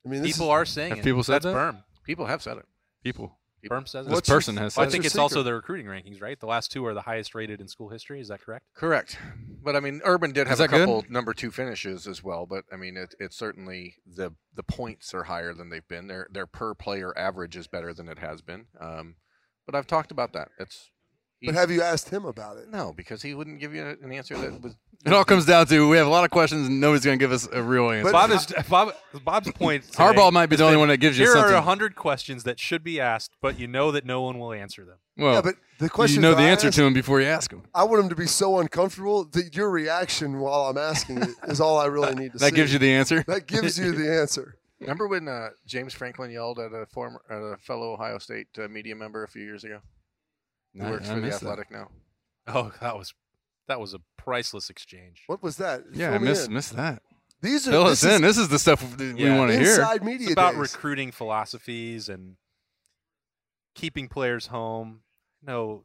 Speaker 2: I mean, this
Speaker 1: People
Speaker 2: is,
Speaker 1: are saying
Speaker 3: Have
Speaker 1: it.
Speaker 3: people said
Speaker 1: That's
Speaker 3: that?
Speaker 1: Berm.
Speaker 4: People have said it.
Speaker 3: People.
Speaker 1: Berm says it.
Speaker 3: This
Speaker 2: What's your-
Speaker 3: person has said
Speaker 1: Well, I
Speaker 3: it.
Speaker 1: think
Speaker 2: your
Speaker 1: it's also
Speaker 2: secret?
Speaker 1: the recruiting rankings, right? The last two are the highest rated in school history. Is that correct?
Speaker 4: Correct. But I mean, Urban did
Speaker 3: Is
Speaker 4: have a
Speaker 3: that good?
Speaker 4: couple number two finishes as well. But I mean, it, it's certainly the the points are higher than they've been. Their their per player average is better than it has been. Um, but I've talked about that. It's
Speaker 2: but have you asked him about it?
Speaker 4: no because he wouldn't give you an answer that was.
Speaker 3: It all comes down to we have a lot of questions and nobody's going to give us a real answer.
Speaker 2: But-
Speaker 1: Bob is Bob. Bob's point. today
Speaker 3: Harbaugh might be
Speaker 1: is
Speaker 3: the only one that gives you
Speaker 1: here
Speaker 3: something.
Speaker 1: are hundred questions that should be asked, but you know that no one will answer them.
Speaker 3: well,
Speaker 2: yeah, but the question
Speaker 3: you know
Speaker 2: that
Speaker 3: the
Speaker 2: I
Speaker 3: answer
Speaker 2: asked-
Speaker 3: to him before you ask him.
Speaker 2: I want him to be so uncomfortable that your reaction while I'm asking it is all I really need to see.
Speaker 3: That gives you the answer.
Speaker 2: that gives you the answer.
Speaker 4: Remember when uh, James Franklin yelled at a former at a fellow Ohio State uh, media member a few years ago? He
Speaker 3: I-
Speaker 4: works
Speaker 3: I
Speaker 4: for the
Speaker 3: missed that.
Speaker 4: Athletic now.
Speaker 1: Oh, that was that was a priceless exchange.
Speaker 2: What was that?
Speaker 3: Yeah,
Speaker 2: Fill
Speaker 3: I
Speaker 2: me
Speaker 3: missed
Speaker 2: in.
Speaker 3: missed that.
Speaker 2: These are
Speaker 3: Fill
Speaker 2: this
Speaker 3: us in.
Speaker 2: is
Speaker 3: This is the stuff that we
Speaker 1: Yeah.
Speaker 3: want to hear.
Speaker 2: inside media
Speaker 1: It's about
Speaker 2: days.
Speaker 1: recruiting philosophies and keeping players home. No,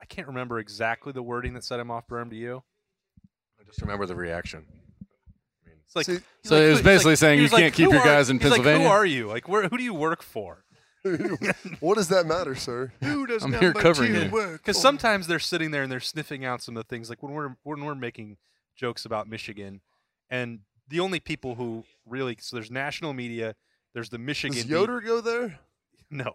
Speaker 1: I can't remember exactly the wording that set him off. Berm, to you,
Speaker 4: I just remember the reaction.
Speaker 1: it's like
Speaker 2: See,
Speaker 1: he's
Speaker 3: So
Speaker 1: like,
Speaker 3: it was
Speaker 1: "Who-" he's
Speaker 3: basically
Speaker 1: like- he
Speaker 3: saying you
Speaker 1: was like,
Speaker 3: can't keep
Speaker 1: "Who
Speaker 3: your
Speaker 1: are-
Speaker 3: guys in
Speaker 1: he's like,
Speaker 3: Pennsylvania."
Speaker 1: who are you? Like, where? Who do you work for?
Speaker 2: what does that matter, sir?
Speaker 4: Who does
Speaker 3: I'm here number covering two you.
Speaker 1: Because sometimes they're sitting there and they're sniffing out some of the things. Like when we're when we're making jokes about Michigan, and the only people who really so there's national media, there's the Michigan
Speaker 2: Does
Speaker 1: beat-
Speaker 2: Yoder go there?
Speaker 1: no,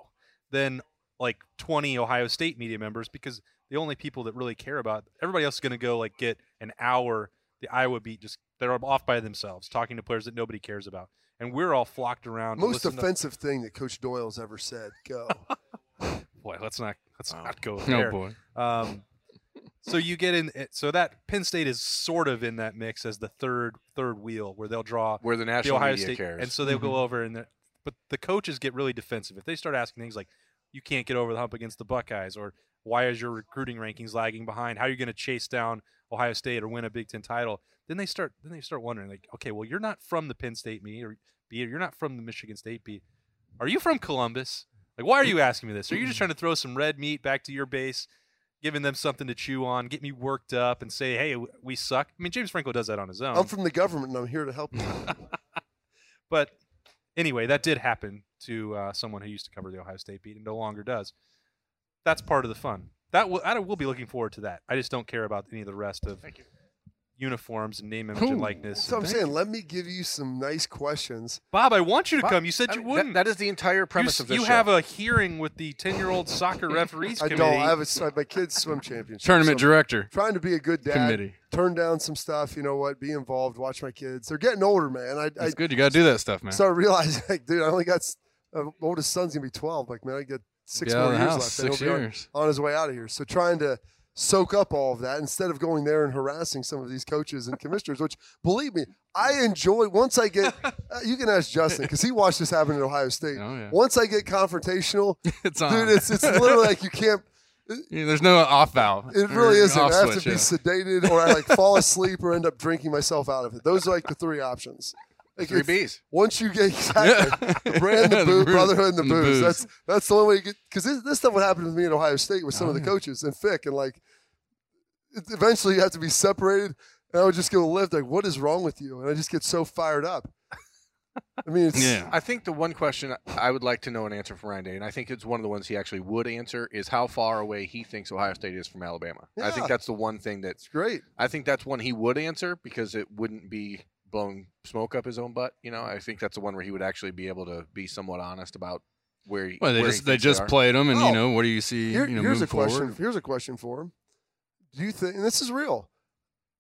Speaker 1: then like 20 Ohio State media members because the only people that really care about everybody else is going to go like get an hour. The Iowa beat just they're off by themselves talking to players that nobody cares about, and we're all flocked around. to Um,
Speaker 2: Most
Speaker 1: listen to-
Speaker 2: offensive thing that Coach Doyle's ever said. Go.
Speaker 1: boy, let's not let's
Speaker 4: Wow.
Speaker 1: not go
Speaker 3: Oh
Speaker 1: there.
Speaker 3: boy.
Speaker 1: Um, so you get in. it- So that Penn State is sort of in that mix as the third third wheel, where they'll draw
Speaker 4: where the
Speaker 1: the
Speaker 4: national
Speaker 1: Ohio
Speaker 4: media
Speaker 1: State,
Speaker 4: cares. Mm-hmm.
Speaker 1: and so they'll go over and they're- but the coaches get really defensive if they start asking things like, "You can't get over the hump against the Buckeyes," or "Why is your recruiting rankings lagging behind? How are you going to chase down Ohio State or win a Big Ten title?" Then they start then they start wondering like, "Okay, well you're not from the Penn State meet or beat, or you're not from the Michigan State beat. Are you from Columbus? Like, why are you asking me this? Are you
Speaker 4: Mm-hmm.
Speaker 1: just trying to throw some red meat back to your base?" Giving them something to chew on, get me worked up, and say, "Hey, w- we suck." I mean, James Franco does that on his own.
Speaker 2: I'm from the government and I'm here to help you.
Speaker 1: But anyway, that did happen to uh, someone who used to cover the Ohio State beat and no longer does. That's part of the fun. That will, I will be looking forward to that. I just don't care about any of the rest of uniforms and name, image,
Speaker 3: Cool.
Speaker 1: and likeness.
Speaker 2: So I'm
Speaker 1: Thank-
Speaker 2: saying, let me give you some nice questions.
Speaker 1: Bob, I want you to
Speaker 4: Bob,
Speaker 1: come. You said
Speaker 4: I
Speaker 1: you
Speaker 4: mean, that-
Speaker 1: wouldn't.
Speaker 4: that is the entire premise
Speaker 1: you,
Speaker 4: of this.
Speaker 1: You
Speaker 4: show.
Speaker 1: have a hearing with the ten-year-old soccer referees
Speaker 2: I
Speaker 1: committee.
Speaker 2: don't. I have a, I have my kids swim championship.
Speaker 3: Tournament
Speaker 2: so I'm
Speaker 3: director.
Speaker 2: Trying to be a good dad.
Speaker 3: Committee.
Speaker 2: Turn down some stuff. You know what? Be involved. Watch my kids. They're getting older, man. I, I
Speaker 3: It's good. You got to do that stuff, man.
Speaker 2: started realizing, like, dude, I only got s- uh, oldest son's gonna be 12. Like, man, I got six
Speaker 3: Be out
Speaker 2: more
Speaker 3: of the
Speaker 2: years
Speaker 3: house,
Speaker 2: left. and
Speaker 3: six
Speaker 2: he'll be on-
Speaker 3: years.
Speaker 2: On, his way out of here. So trying to soak up all of that instead of going there and harassing some of these coaches and commissioners. Which, believe me, I enjoy. Once I get, uh, you can ask Justin because he watched this happen at Ohio State.
Speaker 3: Oh, yeah.
Speaker 2: Once I get confrontational,
Speaker 3: It's on.
Speaker 2: dude, it's it's literally like you can't.
Speaker 3: Yeah, there's no off valve.
Speaker 2: It
Speaker 3: or
Speaker 2: really isn't.
Speaker 3: off
Speaker 2: I have
Speaker 3: switch,
Speaker 2: to be
Speaker 3: yeah.
Speaker 2: sedated, or I like fall asleep, or end up drinking myself out of it. Those are like the three options. Like
Speaker 4: three
Speaker 2: it's-
Speaker 4: B's.
Speaker 2: once you get exactly
Speaker 3: Yeah.
Speaker 2: the brand, the
Speaker 3: The
Speaker 2: boo,
Speaker 3: brew-
Speaker 2: brotherhood, and the,
Speaker 3: and the
Speaker 2: booze.
Speaker 3: booze.
Speaker 2: That's that's the only way you get because this, this stuff would happen with me at Ohio State with some of the coaches and Fick, and like it, eventually you have to be separated. And I would just get a lift like, "What is wrong with you?" And I just get so fired up. I mean, it's,
Speaker 3: Yeah.
Speaker 4: I think the one question I would like to know an answer from Ryan Day, and I think it's one of the ones he actually would answer, is how far away he thinks Ohio State is from Alabama. I
Speaker 2: Yeah.
Speaker 4: think that's the one thing that
Speaker 2: it's great.
Speaker 4: I think that's one he would answer because it wouldn't be blowing smoke up his own butt. You know, I think that's the one where he would actually be able to be somewhat honest about where. he-
Speaker 3: Well, they
Speaker 4: where he
Speaker 3: just they
Speaker 4: thinks
Speaker 3: just
Speaker 4: are.
Speaker 3: played them, and
Speaker 2: Oh.
Speaker 3: you know what do you see?
Speaker 2: Here-
Speaker 3: you know,
Speaker 2: here's
Speaker 3: moving
Speaker 2: a question.
Speaker 3: forward?
Speaker 2: Here's a question for him. Do you think? And this is real.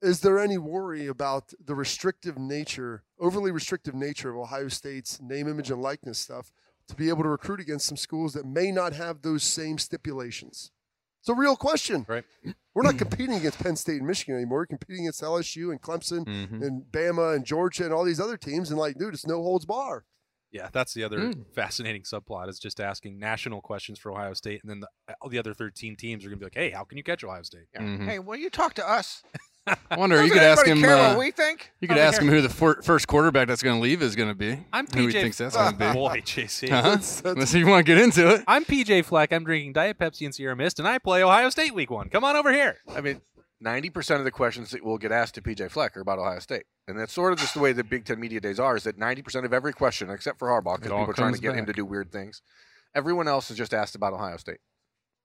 Speaker 2: Is there any worry about the restrictive nature, overly restrictive nature of Ohio State's name, image, and likeness stuff to be able to recruit against some schools that may not have those same stipulations? It's a real question.
Speaker 1: Right. Mm-hmm.
Speaker 2: We're not competing against Penn State and Michigan anymore. We're competing against LSU and Clemson
Speaker 1: Mm-hmm.
Speaker 2: and Bama and Georgia and all these other teams. And like, dude, it's no holds bar.
Speaker 1: Yeah, that's the other fascinating subplot is just asking national questions for Ohio State, and then the, all the other 13 teams are going to be like, "Hey, how can you catch Ohio State?"
Speaker 4: Hey, will you talk to us?
Speaker 3: I wonder. You
Speaker 4: Doesn't
Speaker 3: could ask him.
Speaker 4: anybody care
Speaker 3: uh,
Speaker 4: what we think.
Speaker 3: you could ask him who the fir- first quarterback that's going to leave is going to be.
Speaker 1: I'm
Speaker 3: Who he
Speaker 1: PJ
Speaker 3: thinks that's going to be? Uh-huh.
Speaker 1: Boy, JC.
Speaker 3: Huh? Unless you want to get into it.
Speaker 1: I'm PJ Fleck. I'm drinking Diet Pepsi and Sierra Mist, and I play Ohio State Week One. Come on over here.
Speaker 4: I mean, ninety percent of the questions that will get asked to PJ Fleck are about Ohio State, and that's sort of just the way the Big Ten media days are. Is that ninety percent of every question, except for Harbaugh,
Speaker 3: It
Speaker 4: because
Speaker 3: all
Speaker 4: people are trying to
Speaker 3: comes
Speaker 4: get him to
Speaker 3: back.
Speaker 4: do weird things. Everyone else is just asked about Ohio State,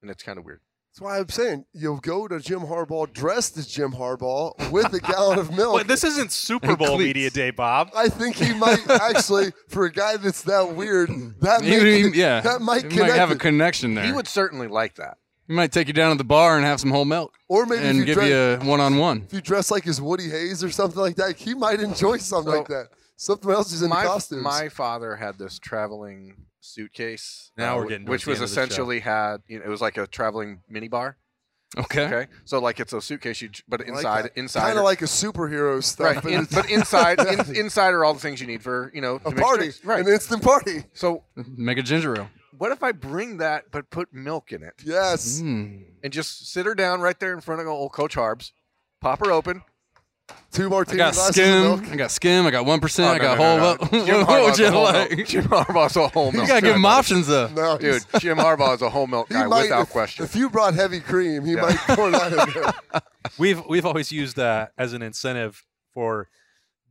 Speaker 4: and it's kind of weird.
Speaker 2: That's why I'm saying you'll go to Jim Harbaugh dressed as Jim Harbaugh with a gallon of milk.
Speaker 1: Wait, this isn't Super
Speaker 3: And
Speaker 1: Bowl
Speaker 3: cleats.
Speaker 1: media day, Bob.
Speaker 2: I think he might actually, for a guy that's that weird, that
Speaker 3: You-
Speaker 2: may,
Speaker 3: you- yeah,
Speaker 2: that might
Speaker 3: You
Speaker 2: connect.
Speaker 3: have a
Speaker 2: it.
Speaker 3: connection there.
Speaker 4: He would certainly like that.
Speaker 3: He might take you down to the bar and have some whole milk,
Speaker 2: Or maybe if
Speaker 3: and
Speaker 2: you
Speaker 3: give
Speaker 2: drank-
Speaker 3: you a one-on-one.
Speaker 2: if you dress like his Woody Hayes or something like that, he might enjoy something
Speaker 4: So,
Speaker 2: like that. Something else is in
Speaker 4: my,
Speaker 2: costumes.
Speaker 4: my father had this traveling suitcase. uh,
Speaker 1: Now we're getting towards
Speaker 4: which
Speaker 1: the
Speaker 4: was
Speaker 1: end of the show.
Speaker 4: essentially had you know it was like a traveling mini bar.
Speaker 3: Okay.
Speaker 4: Okay, so like it's a suitcase you but
Speaker 2: I like
Speaker 4: inside
Speaker 2: that.
Speaker 4: inside
Speaker 2: kind
Speaker 4: are-
Speaker 2: of like a superhero stuff,
Speaker 4: right,
Speaker 2: but
Speaker 4: in-
Speaker 2: it's
Speaker 4: but inside in, inside are all the things you need for you know to
Speaker 2: a
Speaker 4: make
Speaker 2: party,
Speaker 4: drinks. right?
Speaker 2: An instant party.
Speaker 4: so
Speaker 3: Make a ginger ale.
Speaker 4: what if I bring that but put milk in it
Speaker 2: Yes,
Speaker 4: Hmm. and just sit her down right there in front of old Coach Harbs, pop her open.
Speaker 2: two
Speaker 3: I
Speaker 2: martini
Speaker 3: got
Speaker 2: glasses of
Speaker 3: skim.
Speaker 2: milk.
Speaker 3: I got skim. I got one percent.
Speaker 4: Oh,
Speaker 3: I
Speaker 4: no,
Speaker 3: got
Speaker 4: no,
Speaker 3: whole.
Speaker 4: no,
Speaker 3: milk.
Speaker 4: no. Jim
Speaker 3: what would
Speaker 4: Harbaugh's
Speaker 3: you
Speaker 4: a whole milk.
Speaker 3: like?
Speaker 4: Jim Harbaugh's a whole milk.
Speaker 3: You gotta give
Speaker 4: guy,
Speaker 3: him
Speaker 4: buddy.
Speaker 3: options though.
Speaker 2: No,
Speaker 4: Dude,
Speaker 2: he's-
Speaker 4: Jim Harbaugh is a whole milk
Speaker 2: he
Speaker 4: guy
Speaker 2: might-
Speaker 4: without
Speaker 2: if,
Speaker 4: question.
Speaker 2: If you brought heavy cream, he
Speaker 4: Yeah.
Speaker 2: might pour that in there.
Speaker 1: We've we've always used that as an incentive for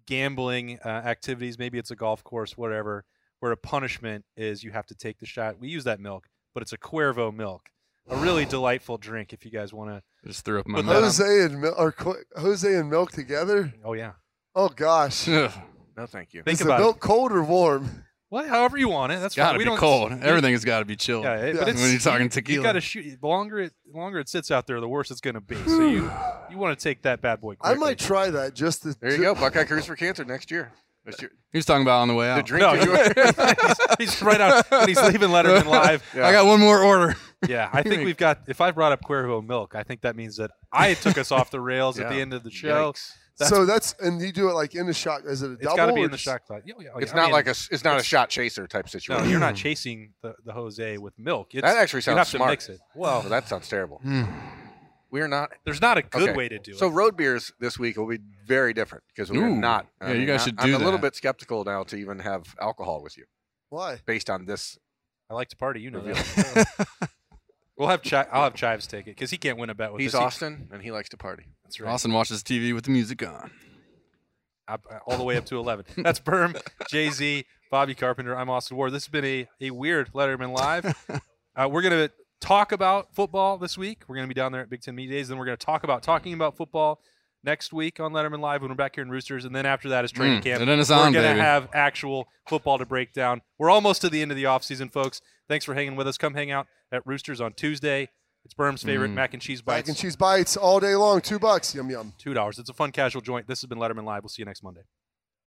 Speaker 1: gambling uh, activities. Maybe it's a golf course, whatever. Where a punishment is you have to take the shot. We use that milk, but it's a Cuervo milk, a really delightful drink. If you guys want to,
Speaker 3: I just threw up in my
Speaker 1: But
Speaker 3: mouth.
Speaker 2: Jose and mil- or qu- Jose and milk together.
Speaker 1: oh yeah,
Speaker 2: Oh gosh,
Speaker 3: Ugh,
Speaker 4: no, thank you.
Speaker 1: think
Speaker 2: is the
Speaker 1: about
Speaker 2: milk
Speaker 1: it.
Speaker 2: cold or warm?
Speaker 1: Well, however you want it. That's
Speaker 3: gotta
Speaker 1: fine. We
Speaker 3: be
Speaker 1: don't
Speaker 3: cold. Everything has got to be chilled.
Speaker 1: Yeah, it-
Speaker 2: Yeah.
Speaker 1: but it's,
Speaker 3: When you're talking
Speaker 1: you,
Speaker 3: tequila.
Speaker 1: you got to shoot. The longer it the longer it sits out there, the worse it's going to be. So you you want to take that bad boy.
Speaker 2: I
Speaker 1: Quickly.
Speaker 2: might try that just to.
Speaker 4: There you go, Buckeye Cruise for Cancer next year. That's your-
Speaker 3: He was talking about on the way
Speaker 4: The
Speaker 3: out.
Speaker 4: drink
Speaker 1: No,
Speaker 4: that you ordered.
Speaker 1: he's, he's right out when he's leaving Letterman live.
Speaker 3: I got one more order.
Speaker 1: Yeah, I think we've got. If I brought up Cuervo milk, I think that means that I took us off the rails at the
Speaker 4: Yeah.
Speaker 1: end of the show.
Speaker 4: Yikes.
Speaker 1: That's-
Speaker 2: so that's and you do it like in the shot. Is it a
Speaker 1: It's
Speaker 2: double?
Speaker 1: got to be
Speaker 2: or
Speaker 1: in the
Speaker 2: just-
Speaker 1: shot clock. Yeah, yeah, oh,
Speaker 4: It's
Speaker 1: yeah. I
Speaker 4: not
Speaker 1: mean,
Speaker 4: like a s- it's not a shot chaser type
Speaker 1: No,
Speaker 4: situation.
Speaker 1: you're not chasing the, the Jose with milk. It's,
Speaker 4: That actually
Speaker 1: you
Speaker 4: sounds
Speaker 1: have
Speaker 4: smart.
Speaker 1: to mix it. Well,
Speaker 4: Oh, that sounds terrible. We're not
Speaker 1: there's not a good
Speaker 4: okay.
Speaker 1: way to do it.
Speaker 4: So road beers this week will be very different because we're
Speaker 3: Ooh.
Speaker 4: not.
Speaker 3: Yeah, you guys
Speaker 4: I-
Speaker 3: should
Speaker 4: I'm
Speaker 3: do
Speaker 4: a little
Speaker 3: that.
Speaker 4: bit skeptical now to even have alcohol with you
Speaker 2: Why?
Speaker 4: based on this.
Speaker 1: I like to party. You know that. we'll have chi- I'll have Chives take it because he can't win a bet with
Speaker 4: He's
Speaker 1: this. He-
Speaker 4: Austin and he likes to party.
Speaker 1: That's right.
Speaker 3: Austin watches TV with the music on.
Speaker 1: up- uh, all the way up to 11. That's Berm, Jay Z, Bobby Carpenter. I'm Austin Ward. This has been a, a weird Letterman Live. Uh, we're going to talk about football this week. We're going to be down there at Big Ten Media Days. Then we're going to talk about talking about football next week on Letterman Live when we're back here in Roosters. And then after that is training
Speaker 3: Mm,
Speaker 1: camp.
Speaker 3: and then it's
Speaker 1: we're
Speaker 3: on,
Speaker 1: gonna
Speaker 3: baby.
Speaker 1: have actual football to break down. We're almost to the end of the offseason, folks. Thanks for hanging with us. Come hang out at Roosters on Tuesday. It's Berm's favorite
Speaker 3: Mm.
Speaker 1: mac and cheese bites.
Speaker 2: Mac and cheese bites all day long. Two bucks. Yum yum.
Speaker 1: $2. It's a fun casual joint. This has been Letterman Live. We'll see you next Monday.